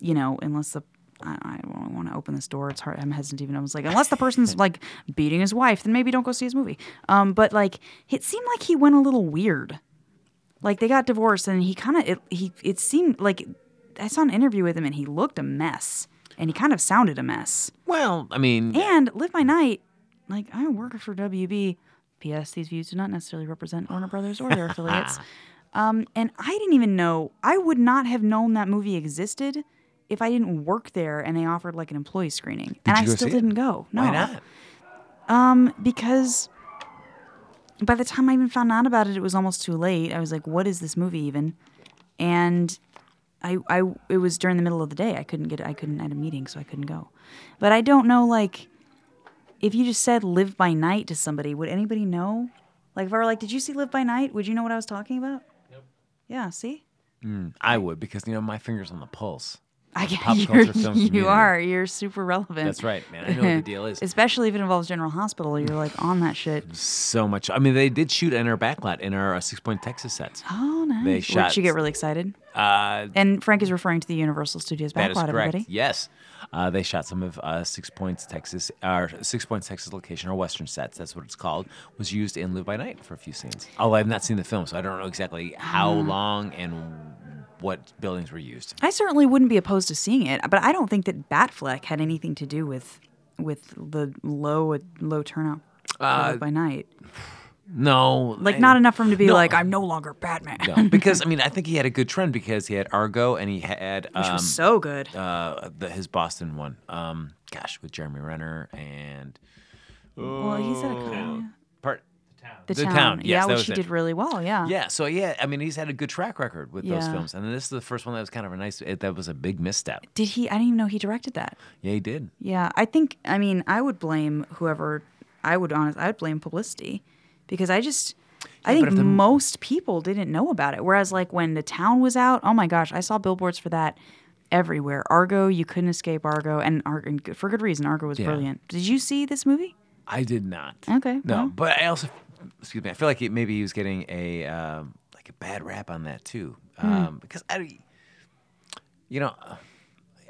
Speaker 6: you know, unless the. I, I don't want to open this door. It's hard. I'm hesitant. Even I was like, unless the person's like beating his wife, then maybe don't go see his movie. Um, but like, it seemed like he went a little weird. Like they got divorced, and he kind of it, he it seemed like I saw an interview with him, and he looked a mess, and he kind of sounded a mess.
Speaker 5: Well, I mean,
Speaker 6: And live my night. Like I work for WB. P.S. These views do not necessarily represent Warner Brothers or their affiliates. Um, and I didn't even know. I would not have known that movie existed if I didn't work there and they offered like an employee screening. and
Speaker 5: you
Speaker 6: I
Speaker 5: go
Speaker 6: still
Speaker 5: see it?
Speaker 6: didn't go. No,
Speaker 5: why not?
Speaker 6: Um, because by the time I even found out about it, it was almost too late. I was like, "What is this movie even?" And I, I, it was during the middle of the day. I couldn't get, I couldn't I had a meeting, so I couldn't go. But I don't know, like, if you just said "Live by Night" to somebody, would anybody know? Like, if I were like, "Did you see Live by Night?" Would you know what I was talking about?
Speaker 7: Nope.
Speaker 6: Yeah. See.
Speaker 5: I would because you know my fingers on the pulse.
Speaker 6: I get
Speaker 5: pop
Speaker 6: you're,
Speaker 5: culture film community.
Speaker 6: you are. You're super relevant.
Speaker 5: That's right, man. I know what the deal is. Mm-hmm.
Speaker 6: Especially if it involves General Hospital, you're like on that shit.
Speaker 5: So much. I mean, they did shoot in our backlot in our uh, Six Point Texas sets.
Speaker 6: Oh, nice.
Speaker 5: They
Speaker 6: Would
Speaker 5: shot-
Speaker 6: you get really excited?
Speaker 5: Uh,
Speaker 6: And Frank is referring to the Universal Studios
Speaker 5: that is
Speaker 6: backlot,
Speaker 5: correct.
Speaker 6: everybody.
Speaker 5: Yes, uh, they shot some of uh, Six Points Texas, our Six Points Texas location, or Western sets. That's what it's called. Was used in Live by Night for a few scenes. Although I've not seen the film, so I don't know exactly how
Speaker 6: Mm.
Speaker 5: long and what buildings were used.
Speaker 6: I certainly wouldn't be opposed to seeing it, but I don't think that Batfleck had anything to do with with the low low turnout for Live by night.
Speaker 5: No,
Speaker 6: Like
Speaker 5: Uh, I-
Speaker 6: not enough for him to be
Speaker 5: No.
Speaker 6: like, I'm no longer Batman,
Speaker 5: No, because I mean, I think he had a good trend because he had Argo and he had
Speaker 6: which
Speaker 5: um,
Speaker 6: was so good.
Speaker 5: uh, the, his Boston one. Um, gosh, with Jeremy Renner and
Speaker 6: well, he's at a co-
Speaker 5: part.
Speaker 6: the,
Speaker 5: The
Speaker 6: town,
Speaker 5: Town. Yes,
Speaker 6: yeah,
Speaker 5: that
Speaker 6: which
Speaker 5: was
Speaker 6: he
Speaker 5: it.
Speaker 6: did really well. Yeah,
Speaker 5: Yeah, so yeah, I mean, he's had a good track record with those
Speaker 6: Yeah.
Speaker 5: films, and then this is the first one that was kind of a nice. It, that was a big misstep.
Speaker 6: Did he? I didn't even know he directed that.
Speaker 5: Yeah, he did.
Speaker 6: Yeah, I think I mean I would blame whoever I would honest I would blame publicity because I just I think
Speaker 5: if the-
Speaker 6: most people didn't know about it. Whereas, like when the town was out, oh my gosh, I saw billboards for that everywhere. Argo, you couldn't escape Argo, and, Ar- and good- for good reason. Argo was brilliant. Did you see this movie?
Speaker 5: I did not.
Speaker 6: Okay,
Speaker 5: No,
Speaker 6: well.
Speaker 5: but I also, excuse me, I feel like it, maybe he was getting a um, like a bad rap on that too,
Speaker 6: Hmm.
Speaker 5: um, because I, you know,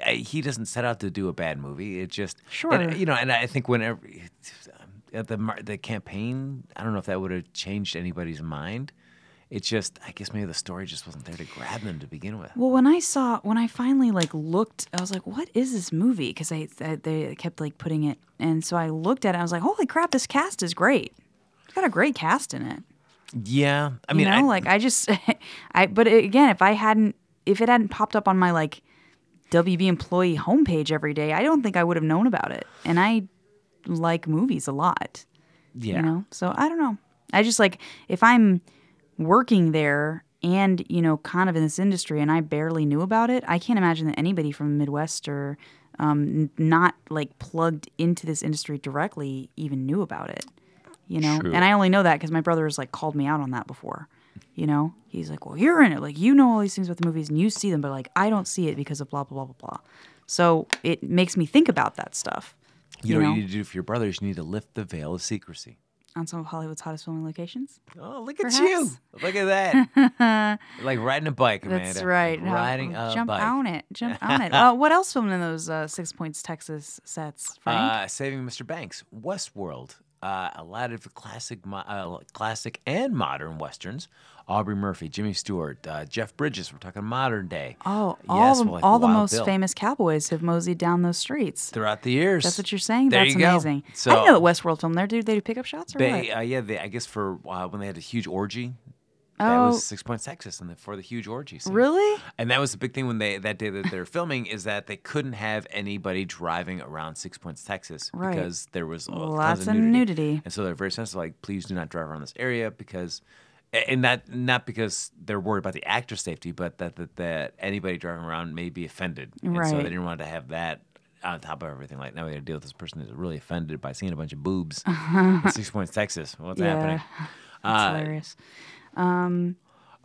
Speaker 5: I, he doesn't set out to do a bad movie. It just
Speaker 6: Sure.
Speaker 5: and, you know, and I think whenever at the mar- the campaign, I don't know if that would have changed anybody's mind. It just, I guess maybe the story just wasn't there to grab them to begin with.
Speaker 6: Well, when I saw, when I finally like looked, I was like, "What is this movie?" Because I, I they kept like putting it, and so I looked at it. I was like, "Holy crap, this cast is great! It's got a great cast in it."
Speaker 5: Yeah, I
Speaker 6: You
Speaker 5: mean,
Speaker 6: know,
Speaker 5: I,
Speaker 6: like I just, I. But it- again, if I hadn't, if it hadn't popped up on my like WB employee homepage every day, I don't think I would have known about it. And I like movies a lot,
Speaker 5: yeah,
Speaker 6: you know. So I don't know. I just like if I'm working there and you know kind of in this industry and I barely knew about it, I can't imagine that anybody from the Midwest or um, n- not like plugged into this industry directly even knew about it. You know, and I only know that because my brother has like called me out on that before. You know, he's like, "Well, you're in it. Like, you know all these things about the movies, and you see them, but like, I don't see it because of blah blah blah blah blah." So it makes me think about that stuff.
Speaker 5: you, know,
Speaker 6: you
Speaker 5: what
Speaker 6: know.
Speaker 5: you need to do for your brothers, you need to lift the veil of secrecy.
Speaker 6: On some of Hollywood's hottest filming locations.
Speaker 5: Oh, look at you! Look at that! like riding a bike, Amanda.
Speaker 6: That's right. No,
Speaker 5: Riding a
Speaker 6: jump
Speaker 5: bike.
Speaker 6: on it. Jump on it. Uh, what else filmed in those uh, Six Points Texas sets, Frank?
Speaker 5: Uh, Saving Mr. Banks, Westworld, uh, a lot of classic, mo- uh, classic and modern westerns. Aubrey Murphy, Jimmy Stewart, uh, Jeff Bridges. We're talking modern day.
Speaker 6: oh, all
Speaker 5: yes,
Speaker 6: the,
Speaker 5: like
Speaker 6: all the
Speaker 5: Wild
Speaker 6: most
Speaker 5: Bill.
Speaker 6: famous cowboys have moseyed down those streets.
Speaker 5: throughout the years.
Speaker 6: That's what you're saying.
Speaker 5: There
Speaker 6: That's
Speaker 5: you go.
Speaker 6: amazing.
Speaker 5: So-
Speaker 6: I didn't know that Westworld filmed there. Do they do pickup shots or what?
Speaker 5: They, uh, yeah, they, I guess for uh, when they had a huge orgy. That
Speaker 6: Oh.
Speaker 5: was Six Point Texas, and the, for the huge orgy. scene.
Speaker 6: really?
Speaker 5: And that was the big thing when they that day that they're filming is that they couldn't have anybody driving around Six Points, Texas,
Speaker 6: Right.
Speaker 5: because there was uh, tons
Speaker 6: Lots
Speaker 5: of
Speaker 6: of
Speaker 5: nudity.
Speaker 6: nudity.
Speaker 5: And so they're very sensitive, like please do not drive around this area because, a- and not not because they're worried about the actor safety, but that that, that anybody driving around may be offended, and so
Speaker 6: Right.
Speaker 5: they didn't want to have that. On top of everything, like now we got to deal with this person who's really offended by seeing a bunch of boobs in Six Points, Texas. What's
Speaker 6: Yeah.
Speaker 5: happening?
Speaker 6: That's
Speaker 5: Uh,
Speaker 6: hilarious.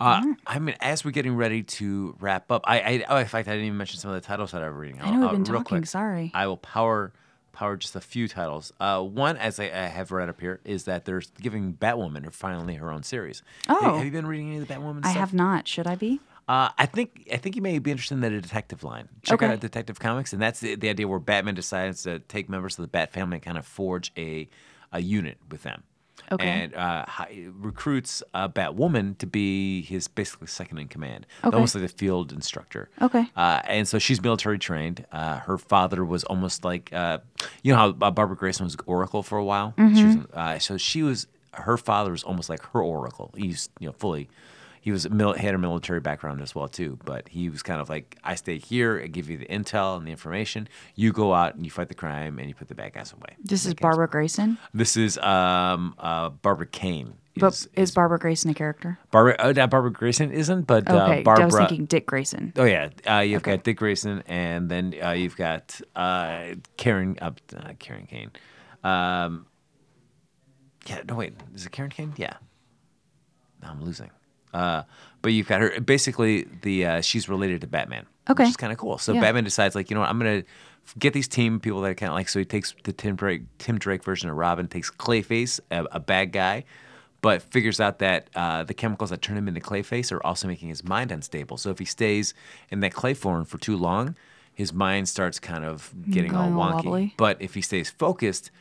Speaker 5: uh, I mean, as we're getting ready to wrap up, I, I oh, in fact, I didn't even mention some of the titles that I was reading.
Speaker 6: I know we've
Speaker 5: Uh,
Speaker 6: been
Speaker 5: real
Speaker 6: talking, sorry.
Speaker 5: I will power power just a few titles. Uh, one, as I, I have read up here, is that they're giving Batwoman her finally her own series. Have-
Speaker 6: Oh.
Speaker 5: have you been reading any of the Batwoman
Speaker 6: I
Speaker 5: stuff?
Speaker 6: have not. Should I be?
Speaker 5: Uh, I think I think you may be interested in the detective line. Check
Speaker 6: Okay.
Speaker 5: out Detective Comics, and that's the, the idea where Batman decides to take members of the Bat family and kind of forge a a unit with them.
Speaker 6: Okay.
Speaker 5: And uh, hi- recruits uh, Batwoman to be his basically second in command,
Speaker 6: Okay.
Speaker 5: almost like a field instructor.
Speaker 6: Okay.
Speaker 5: Uh, and so she's military trained. Uh, her father was almost like uh, you know how uh, Barbara Grayson was Oracle for a while.
Speaker 6: Mm-hmm.
Speaker 5: She was, uh, so she was her father was almost like her Oracle. He's you know fully. He was mil- had a military background as well too, but he was kind of like I stay here, I give you the intel and the information. You go out and you fight the crime and you put the bad guys away.
Speaker 6: This is Barbara Grayson.
Speaker 5: This is um, uh, Barbara Kane.
Speaker 6: But
Speaker 5: Is-
Speaker 6: is Barbara Grayson a character?
Speaker 5: Barbara? Oh, not Barbara Grayson isn't, but
Speaker 6: Okay,
Speaker 5: uh, Barbara.
Speaker 6: I was thinking Dick Grayson.
Speaker 5: Oh yeah, uh, you've got Dick Grayson, and then uh, you've got uh, Karen, uh, uh, Karen Kane. Um, yeah, no wait, is it Karen Kane? Yeah, no, I'm losing. Uh, but you've got her. Basically, the uh, she's related to Batman.
Speaker 6: Okay.
Speaker 5: which is kind of cool. So
Speaker 6: Yeah.
Speaker 5: Batman decides, like, you know, what, I'm gonna get these team people that I kind of like. So he takes the Tim Drake, Tim Drake version of Robin, takes Clayface, a, a bad guy, but figures out that uh, the chemicals that turn him into Clayface are also making his mind unstable. So if he stays in that clay form for too long, his mind starts kind of getting all
Speaker 6: Going all
Speaker 5: wonky.
Speaker 6: wobbly.
Speaker 5: But if he stays focused,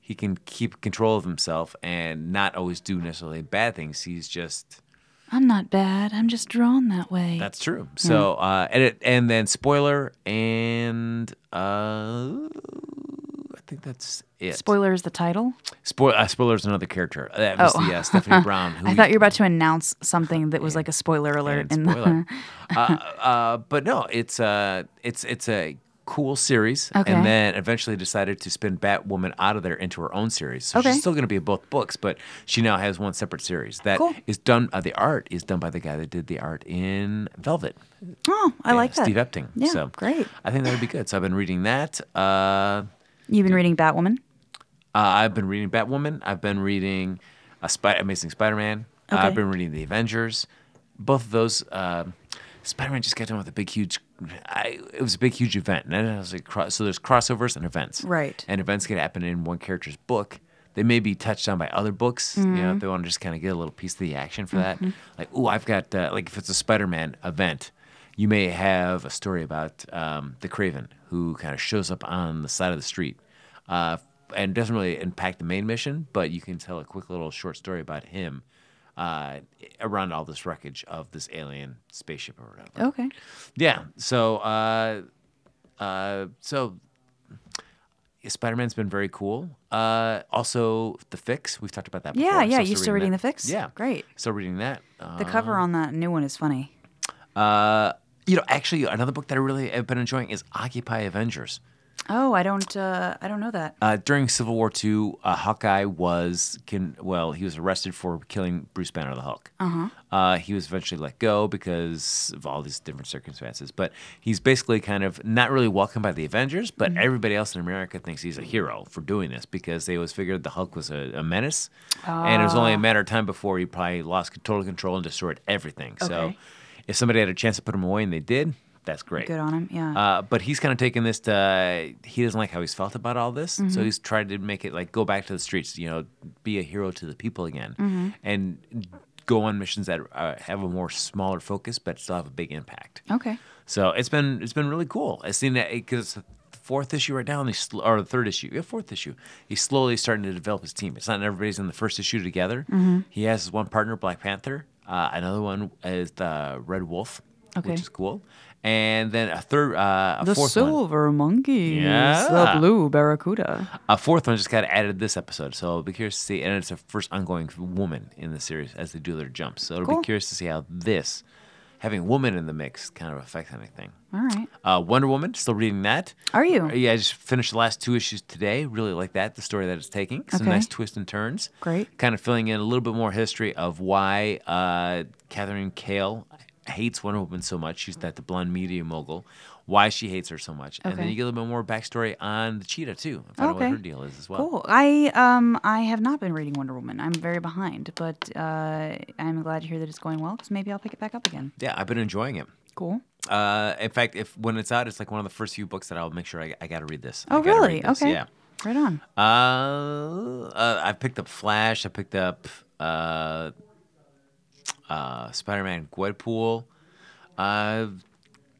Speaker 5: he can keep control of himself and not always do necessarily bad things. He's just
Speaker 6: I'm not bad. I'm just drawn that way.
Speaker 5: that's true. So
Speaker 6: Hmm.
Speaker 5: uh, and it, and then spoiler and uh, I think that's it.
Speaker 6: Spoiler is the title.
Speaker 5: Spoil- uh, spoiler is another character. That was
Speaker 6: Oh.
Speaker 5: the uh, Stephanie Brown. Who
Speaker 6: I thought you were about to announce something that was like a spoiler alert.
Speaker 5: and
Speaker 6: in the-
Speaker 5: spoiler. uh, uh, but no, it's uh, it's it's a cool series,
Speaker 6: Okay.
Speaker 5: and then eventually decided to spin Batwoman out of there into her own series. So
Speaker 6: Okay.
Speaker 5: she's still going to be in both books, but she now has one separate series that is
Speaker 6: Cool.
Speaker 5: done. Uh, the art is done by the guy that did the art in Velvet.
Speaker 6: oh, I
Speaker 5: Yeah,
Speaker 6: like that.
Speaker 5: Steve Epting.
Speaker 6: Yeah,
Speaker 5: so
Speaker 6: great.
Speaker 5: I think that would be good. So I've been reading that. Uh,
Speaker 6: You've been reading Batwoman.
Speaker 5: uh, I've been reading Batwoman. I've been reading a Spy- Amazing Spider-Man. Uh,
Speaker 6: Okay.
Speaker 5: I've been reading the Avengers. Both of those. um Spider-Man just got done with a big, huge. I, it was a big, huge event, and then it was like cross, so there's crossovers and events,
Speaker 6: Right.
Speaker 5: And events can happen in one character's book. They may be touched on by other books, you know, if they want to just kind of get a little piece of the action for that. Like, oh, I've got uh, like if it's a Spider-Man event, you may have a story about um, the Craven who kind of shows up on the side of the street uh, and doesn't really impact the main mission, but you can tell a quick little short story about him uh, around all this wreckage of this alien spaceship or whatever.
Speaker 6: Okay.
Speaker 5: Yeah. So, uh, uh, so Spider Man's been very cool. Uh, also, The Fix. We've talked about that before.
Speaker 6: Yeah, yeah.
Speaker 5: So
Speaker 6: You still reading The
Speaker 5: that.
Speaker 6: Fix?
Speaker 5: Yeah.
Speaker 6: Great.
Speaker 5: Still reading that. Uh,
Speaker 6: The cover on that new one is funny.
Speaker 5: uh, you know, actually, another book that I really have been enjoying is Occupy Avengers.
Speaker 6: Oh, I don't. Uh, I don't know that.
Speaker 5: Uh, during Civil War II, uh, Hawkeye was can well he was arrested for killing Bruce Banner the Hulk. Uh-huh. he was eventually let go because of all these different circumstances. But he's basically kind of not really welcomed by the Avengers, but
Speaker 6: Mm-hmm.
Speaker 5: everybody else in America thinks he's a hero for doing this because they always figured the Hulk was a, a menace, and it was
Speaker 6: Ah.
Speaker 5: only a matter of time before he probably lost total control and destroyed everything. So,
Speaker 6: Okay.
Speaker 5: if somebody had a chance to put him away and they did, that's great.
Speaker 6: Good on him. Yeah.
Speaker 5: Uh, but he's kind of taken this to he doesn't like how he's felt about all this, so he's tried to make it like go back to the streets, you know, be a hero to the people again, and go on missions that uh, have a more smaller focus but still have a big impact.
Speaker 6: okay.
Speaker 5: So it's been it's been really cool. I've seen that because it's the fourth issue right now, and he's sl- or the third issue, yeah, fourth issue. He's slowly starting to develop his team. It's not everybody's in the first issue together.
Speaker 6: Mm-hmm.
Speaker 5: He has his one partner, Black Panther. Uh, another one is the Red Wolf,
Speaker 6: Okay.
Speaker 5: which is cool. And then a third, uh, a fourth one,
Speaker 6: monkeys.
Speaker 5: Yeah.
Speaker 6: blue barracuda.
Speaker 5: a fourth one just got added this episode. So I'll be curious to see. And it's the first ongoing woman in the series as they do their jumps. So it'll
Speaker 6: Cool.
Speaker 5: be curious to see how this having a woman in the mix kind of affects anything.
Speaker 6: All right.
Speaker 5: Uh, Wonder Woman, still reading that. Uh,
Speaker 6: Are you?
Speaker 5: Yeah, I just finished the last two issues today. Really like that, the story that it's taking. Some
Speaker 6: Okay.
Speaker 5: nice twists and turns.
Speaker 6: Great.
Speaker 5: Kind of filling in a little bit more history of why uh, Catherine Kale hates Wonder Woman so much. She's that the blonde media mogul. Why she hates her so much. And then
Speaker 6: Okay.
Speaker 5: you get a little bit more backstory on the cheetah, too. I find out
Speaker 6: Okay.
Speaker 5: what her deal is as well.
Speaker 6: Cool. I um I have not been reading Wonder Woman. I'm very behind, but uh, I'm glad to hear that it's going well because maybe I'll pick it back up again.
Speaker 5: Yeah, I've been enjoying it.
Speaker 6: Cool.
Speaker 5: Uh, in fact, if when it's out, it's like one of the first few books that I'll make sure I, I got to read this. I
Speaker 6: Oh
Speaker 5: gotta read
Speaker 6: really?
Speaker 5: this,
Speaker 6: Okay.
Speaker 5: Yeah.
Speaker 6: Right on.
Speaker 5: Uh, uh, I picked up Flash. I picked up uh, uh, Spider-Man Gwenpool. Uh,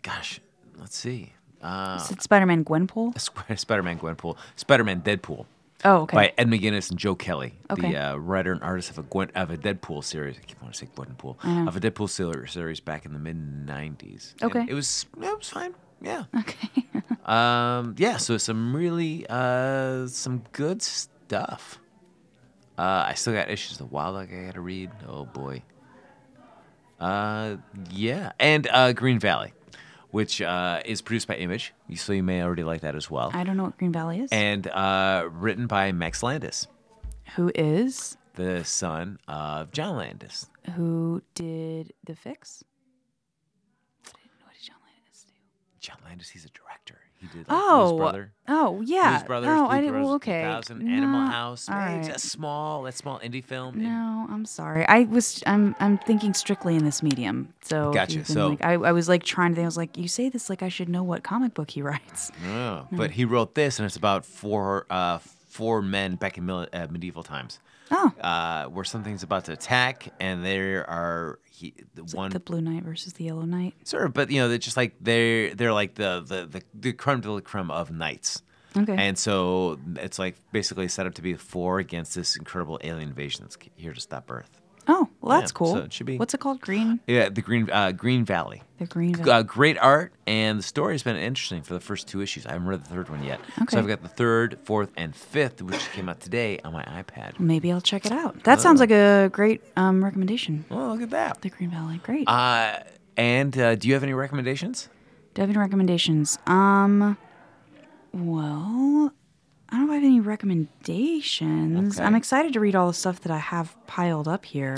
Speaker 5: gosh, let's see. Uh,
Speaker 6: Is it Spider-Man Gwenpool?
Speaker 5: Sp- Spider-Man Gwenpool. Spider-Man Deadpool
Speaker 6: Oh, okay.
Speaker 5: by Ed McGuinness and Joe Kelly,
Speaker 6: Okay.
Speaker 5: the uh, writer and artist of a Gwen, of a Deadpool series. I keep wanting to say Gwenpool of a Deadpool ser- series back in the mid '90s. And
Speaker 6: Mm-hmm. Okay.
Speaker 5: it was it was fine. Yeah.
Speaker 6: Okay.
Speaker 5: Um, yeah, so some really uh, some good stuff. Uh, I still got issues of Wild Dog I gotta read. Oh boy. Uh, yeah, and uh, Green Valley, which uh, is produced by Image, so you may already like that as well,
Speaker 6: I don't know what Green Valley is.
Speaker 5: and uh, written by Max Landis,
Speaker 6: Who is?
Speaker 5: the son of John Landis.
Speaker 6: Who did the fix? What did- what did John Landis do?
Speaker 5: John Landis, he's a director. He did like, Blues
Speaker 6: Oh,
Speaker 5: Brother.
Speaker 6: oh yeah.
Speaker 5: Blues Brothers,
Speaker 6: no,
Speaker 5: Blues
Speaker 6: I didn't.
Speaker 5: Brothers
Speaker 6: Well, okay.
Speaker 5: 2000, Animal
Speaker 6: No,
Speaker 5: House.
Speaker 6: all
Speaker 5: man, it's
Speaker 6: right.
Speaker 5: a small, that small indie film. and-
Speaker 6: No, I'm sorry. I was I'm I'm thinking strictly in this medium. So if
Speaker 5: Gotcha,
Speaker 6: you've been,
Speaker 5: so-
Speaker 6: like, I I was like trying to think. I was like, you say this like I should know what comic book he writes.
Speaker 5: Oh, but he wrote this, and it's about four uh, four men back in mil- uh, medieval times,
Speaker 6: Oh,
Speaker 5: uh, where something's about to attack, and there are he, the one
Speaker 6: the Blue Knight versus the Yellow Knight.
Speaker 5: sort of, but you know, they're just like they're they're like the the the, the creme de la creme of knights.
Speaker 6: Okay.
Speaker 5: And so it's like basically set up to be four against this incredible alien invasion that's here to stop Earth.
Speaker 6: oh, well, that's
Speaker 5: Yeah,
Speaker 6: cool.
Speaker 5: so it should be-
Speaker 6: What's it called? Green.
Speaker 5: Yeah, the Green uh, Green Valley.
Speaker 6: The Green. Val-
Speaker 5: uh, great art, and the story has been interesting for the first two issues. I haven't read the third one yet.
Speaker 6: Okay.
Speaker 5: So I've got the third, fourth, and fifth, which came out today on my iPad.
Speaker 6: Maybe I'll check it out. That
Speaker 5: Uh.
Speaker 6: sounds like a great um, recommendation.
Speaker 5: Well, look at that.
Speaker 6: The Green Valley, great.
Speaker 5: Uh, and uh, do you have any recommendations?
Speaker 6: Do I have any recommendations? Um, well, I don't know if I have any recommendations.
Speaker 5: Okay.
Speaker 6: I'm excited to read all the stuff that I have piled up here.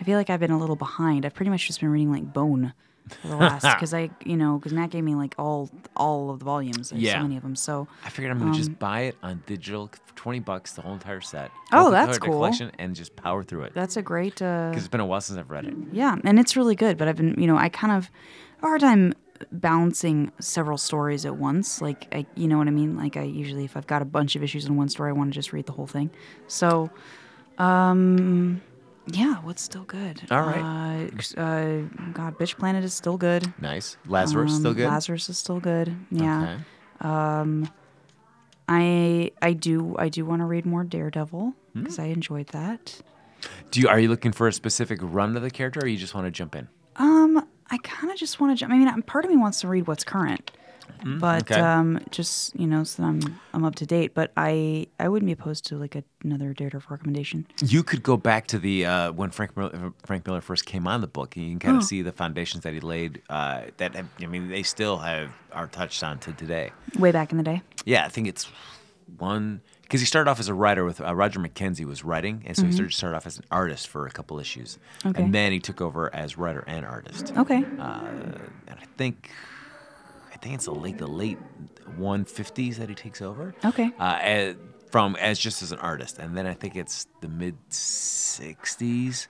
Speaker 6: I feel like I've been a little behind. I've pretty much just been reading like Bone for the last because I, you know, because Nat gave me like all all of the volumes. There's
Speaker 5: Yeah.
Speaker 6: so many of them. So
Speaker 5: I figured I'm gonna just buy it on digital, for twenty bucks the whole entire set.
Speaker 6: Um, Oh,
Speaker 5: Open
Speaker 6: that's
Speaker 5: the
Speaker 6: cool.
Speaker 5: Collection and just power through it because
Speaker 6: that's a great. Uh,
Speaker 5: it's been a while since I've read it.
Speaker 6: Yeah, and it's really good, but I've been, you know, I kind of have a hard time balancing several stories at once. Like, I, you know what I mean? Like, I usually, if I've got a bunch of issues in one story, I want to just read the whole thing. So, um, yeah, what's still good?
Speaker 5: All right.
Speaker 6: Uh, uh, God, Bitch Planet is still good.
Speaker 5: Nice. Lazarus still
Speaker 6: Um,
Speaker 5: good.
Speaker 6: Lazarus is still good. Yeah.
Speaker 5: Okay.
Speaker 6: I I do I do want to read more Daredevil because
Speaker 5: Hmm.
Speaker 6: I enjoyed that.
Speaker 5: Do you are you looking for a specific run of the character, or you just want to jump in?
Speaker 6: Um, I kind of just want to. I mean, I'm- part of me wants to read what's current, but
Speaker 5: okay.
Speaker 6: um, just you know, so that I'm I'm up to date. But I I wouldn't be opposed to like a, another Daredevil recommendation.
Speaker 5: You could go back to the uh, when Frank Miller, Frank Miller first came on the book, and you can
Speaker 6: Oh.
Speaker 5: kind of see the foundations that he laid. Uh, that have, I mean, they still have are touched on to today.
Speaker 6: Way back in the day.
Speaker 5: Yeah, I think it's one because he started off as a writer with uh, Roger McKenzie was writing, and so he started started off as an artist for a couple issues,
Speaker 6: Mm-hmm. Okay. Oh.
Speaker 5: and then he took over as writer and artist.
Speaker 6: Okay.
Speaker 5: And I think I think it's the late the late 150s that he takes over.
Speaker 6: Okay.
Speaker 5: Uh, a- from as just as an artist, and then I think it's the mid 60s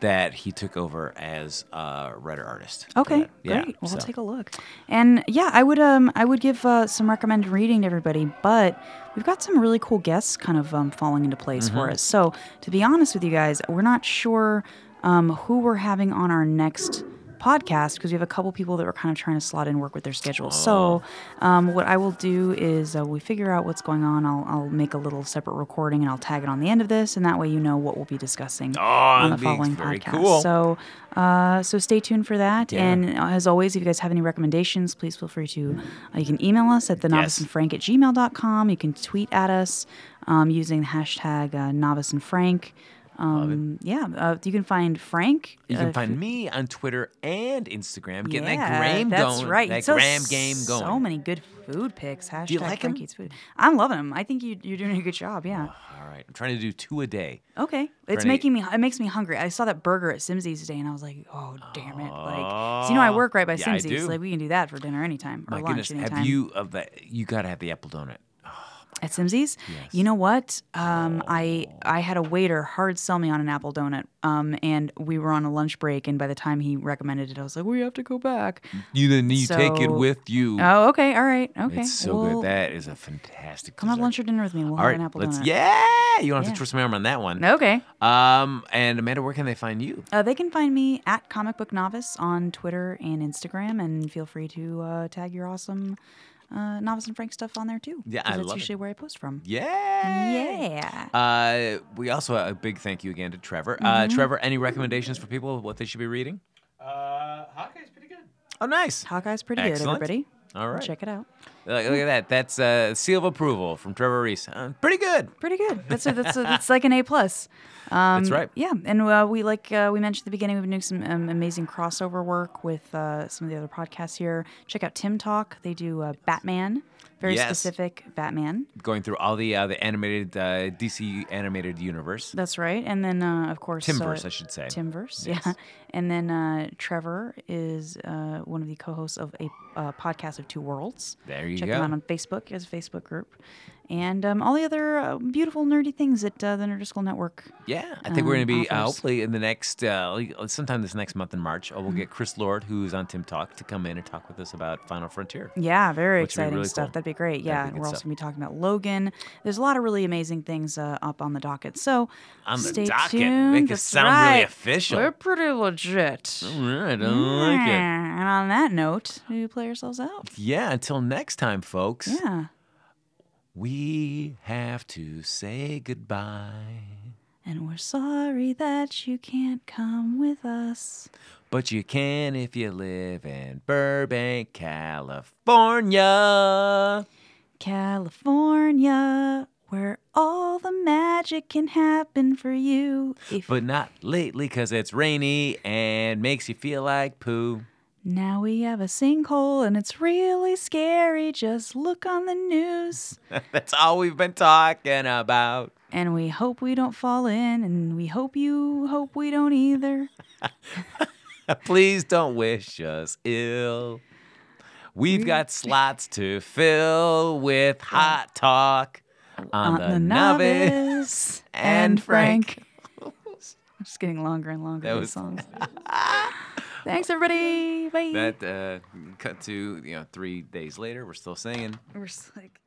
Speaker 5: that he took over as a writer artist. for
Speaker 6: Okay,
Speaker 5: that. Yeah,
Speaker 6: great. Well,
Speaker 5: so.
Speaker 6: I'll take a look. And yeah, I would um I would give uh, some recommended reading to everybody, but we've got some really cool guests kind of um, falling into place for
Speaker 5: Mm-hmm.
Speaker 6: us. So to be honest with you guys, we're not sure um, who we're having on our next podcast because we have a couple people that we're kind of trying to slot in work with their schedules. So
Speaker 5: Oh.
Speaker 6: um, what I will do is uh, we figure out what's going on. I'll, I'll make a little separate recording and I'll tag it on the end of this, and that way you know what we'll be discussing
Speaker 5: Oh,
Speaker 6: on the
Speaker 5: that'd be
Speaker 6: following
Speaker 5: very
Speaker 6: podcast.
Speaker 5: cool.
Speaker 6: So so, uh, so stay tuned for that.
Speaker 5: Yeah.
Speaker 6: And as always, if you guys have any recommendations, please feel free to, uh, you can email us at the novice and frank at gmail.com. You can tweet at us um, using the hashtag uh, novice and frank. Um, yeah, uh, you can find Frank.
Speaker 5: You
Speaker 6: uh,
Speaker 5: can find me on Twitter and Instagram. Getting that
Speaker 6: yeah,
Speaker 5: gram
Speaker 6: that's
Speaker 5: going.
Speaker 6: right.
Speaker 5: That
Speaker 6: so,
Speaker 5: gram game going.
Speaker 6: So many good food picks. Hashtag
Speaker 5: you like 'em?
Speaker 6: Frank eats food. I'm loving them. I think you, you're doing a good job. Yeah.
Speaker 5: All right. I'm trying to do two a day.
Speaker 6: Okay. It's
Speaker 5: any-
Speaker 6: making me. It makes me hungry. I saw that burger at Simsy's today, and I was like, "Oh, damn it!" Like, so you know, I work right by
Speaker 5: Ah, Yeah, I
Speaker 6: Simsy's.
Speaker 5: do.
Speaker 6: Like, we can do that for dinner anytime
Speaker 5: My
Speaker 6: or lunch
Speaker 5: goodness.
Speaker 6: anytime.
Speaker 5: Have you of that you gotta have the apple donut.
Speaker 6: at Simsy's? You know what? Um,
Speaker 5: Oh.
Speaker 6: I I had a waiter hard sell me on an apple donut, um, and we were on a lunch break, and by the time he recommended it, I was like, "We have to go back."
Speaker 5: You then you take it
Speaker 6: So-
Speaker 5: with you.
Speaker 6: Oh, okay, all right, okay.
Speaker 5: it's so
Speaker 6: well,
Speaker 5: good. That is a fantastic
Speaker 6: Come have
Speaker 5: dessert.
Speaker 6: lunch or dinner with me. We'll
Speaker 5: All
Speaker 6: have
Speaker 5: right,
Speaker 6: an apple
Speaker 5: let's
Speaker 6: donut.
Speaker 5: yeah. You don't have to
Speaker 6: Yeah.
Speaker 5: twist my arm on that one.
Speaker 6: Okay.
Speaker 5: Um, and Amanda, where can they find you?
Speaker 6: Uh, they can find me at Comic Book Novice on Twitter and Instagram, and feel free to uh, tag your awesome uh, Novice and Frank stuff on there too.
Speaker 5: Yeah,
Speaker 6: 'cause
Speaker 5: I
Speaker 6: that's
Speaker 5: love it.
Speaker 6: usually where I post from.
Speaker 5: Yeah.
Speaker 6: Yeah.
Speaker 5: Uh, we also a big thank you again to Trevor. Uh,
Speaker 6: Mm-hmm.
Speaker 5: Trevor, any recommendations for people of what they should be reading?
Speaker 7: Uh, Hawkeye's pretty good.
Speaker 5: Oh, nice.
Speaker 6: Hawkeye's pretty
Speaker 5: Excellent.
Speaker 6: good, everybody.
Speaker 5: All right.
Speaker 6: Check it out.
Speaker 5: Look, look at that. That's a seal of approval from Trevor Reese. Uh, pretty good.
Speaker 6: Pretty good. That's a, that's a, that's like an A plus. Um,
Speaker 5: That's right.
Speaker 6: Yeah, and uh, we like uh, we mentioned at the beginning, we've been doing some um, amazing crossover work with uh, some of the other podcasts here. Check out Tim Talk. They do uh, Batman, very
Speaker 5: Yes.
Speaker 6: specific Batman.
Speaker 5: Going through all the uh, the animated uh, DC animated universe,
Speaker 6: That's right. And then uh, of course uh,
Speaker 5: Timverse, I should say.
Speaker 6: Timverse, yeah. And then uh, Trevor is uh, one of the co-hosts of a uh, podcast of Two Worlds.
Speaker 5: There you
Speaker 6: Check
Speaker 5: go.
Speaker 6: them out on Facebook as a Facebook group, and um, all the other uh, beautiful nerdy things that uh, the Nerd School Network.
Speaker 5: yeah, I think we're going to
Speaker 6: um,
Speaker 5: be uh,
Speaker 6: offers.
Speaker 5: hopefully in the next uh, like, sometime this next month in March. uh, we'll get Chris Lord, who's on Tim Talk, to come in and talk with us about Final Frontier.
Speaker 6: Yeah,
Speaker 5: Which
Speaker 6: very
Speaker 5: would be
Speaker 6: exciting
Speaker 5: really
Speaker 6: stuff.
Speaker 5: cool.
Speaker 6: That'd be great. Yeah,
Speaker 5: be
Speaker 6: and
Speaker 5: good
Speaker 6: we're also
Speaker 5: stuff.
Speaker 6: gonna be talking about Logan. There's a lot of really amazing things uh, up on the docket. So
Speaker 5: On the
Speaker 6: stay
Speaker 5: docket,
Speaker 6: tuned.
Speaker 5: make it
Speaker 6: That's
Speaker 5: sound really
Speaker 6: right.
Speaker 5: official.
Speaker 6: We're pretty legit.
Speaker 5: All right, I like it.
Speaker 6: And on that note, you play yourselves out.
Speaker 5: Yeah, until next time, folks.
Speaker 6: Yeah.
Speaker 5: We have to say goodbye,
Speaker 6: And we're sorry that you can't come with us.
Speaker 5: but you can if you live in Burbank, California.
Speaker 6: California, where all the magic can happen for you. If
Speaker 5: But not lately, 'cause it's rainy and makes you feel like poo.
Speaker 6: now we have a sinkhole and it's really scary, just look on the news.
Speaker 5: That's all we've been talking about.
Speaker 6: and we hope we don't fall in, and we hope you hope we don't either.
Speaker 5: Please don't wish us ill. We've got slots to fill with hot talk on the, novice. and Frank.
Speaker 6: It's just getting longer and longer.
Speaker 5: That
Speaker 6: these
Speaker 5: was-
Speaker 6: songs. Thanks, everybody. Bye.
Speaker 5: That uh, cut to you know three days later, we're still singing.
Speaker 6: We're just like.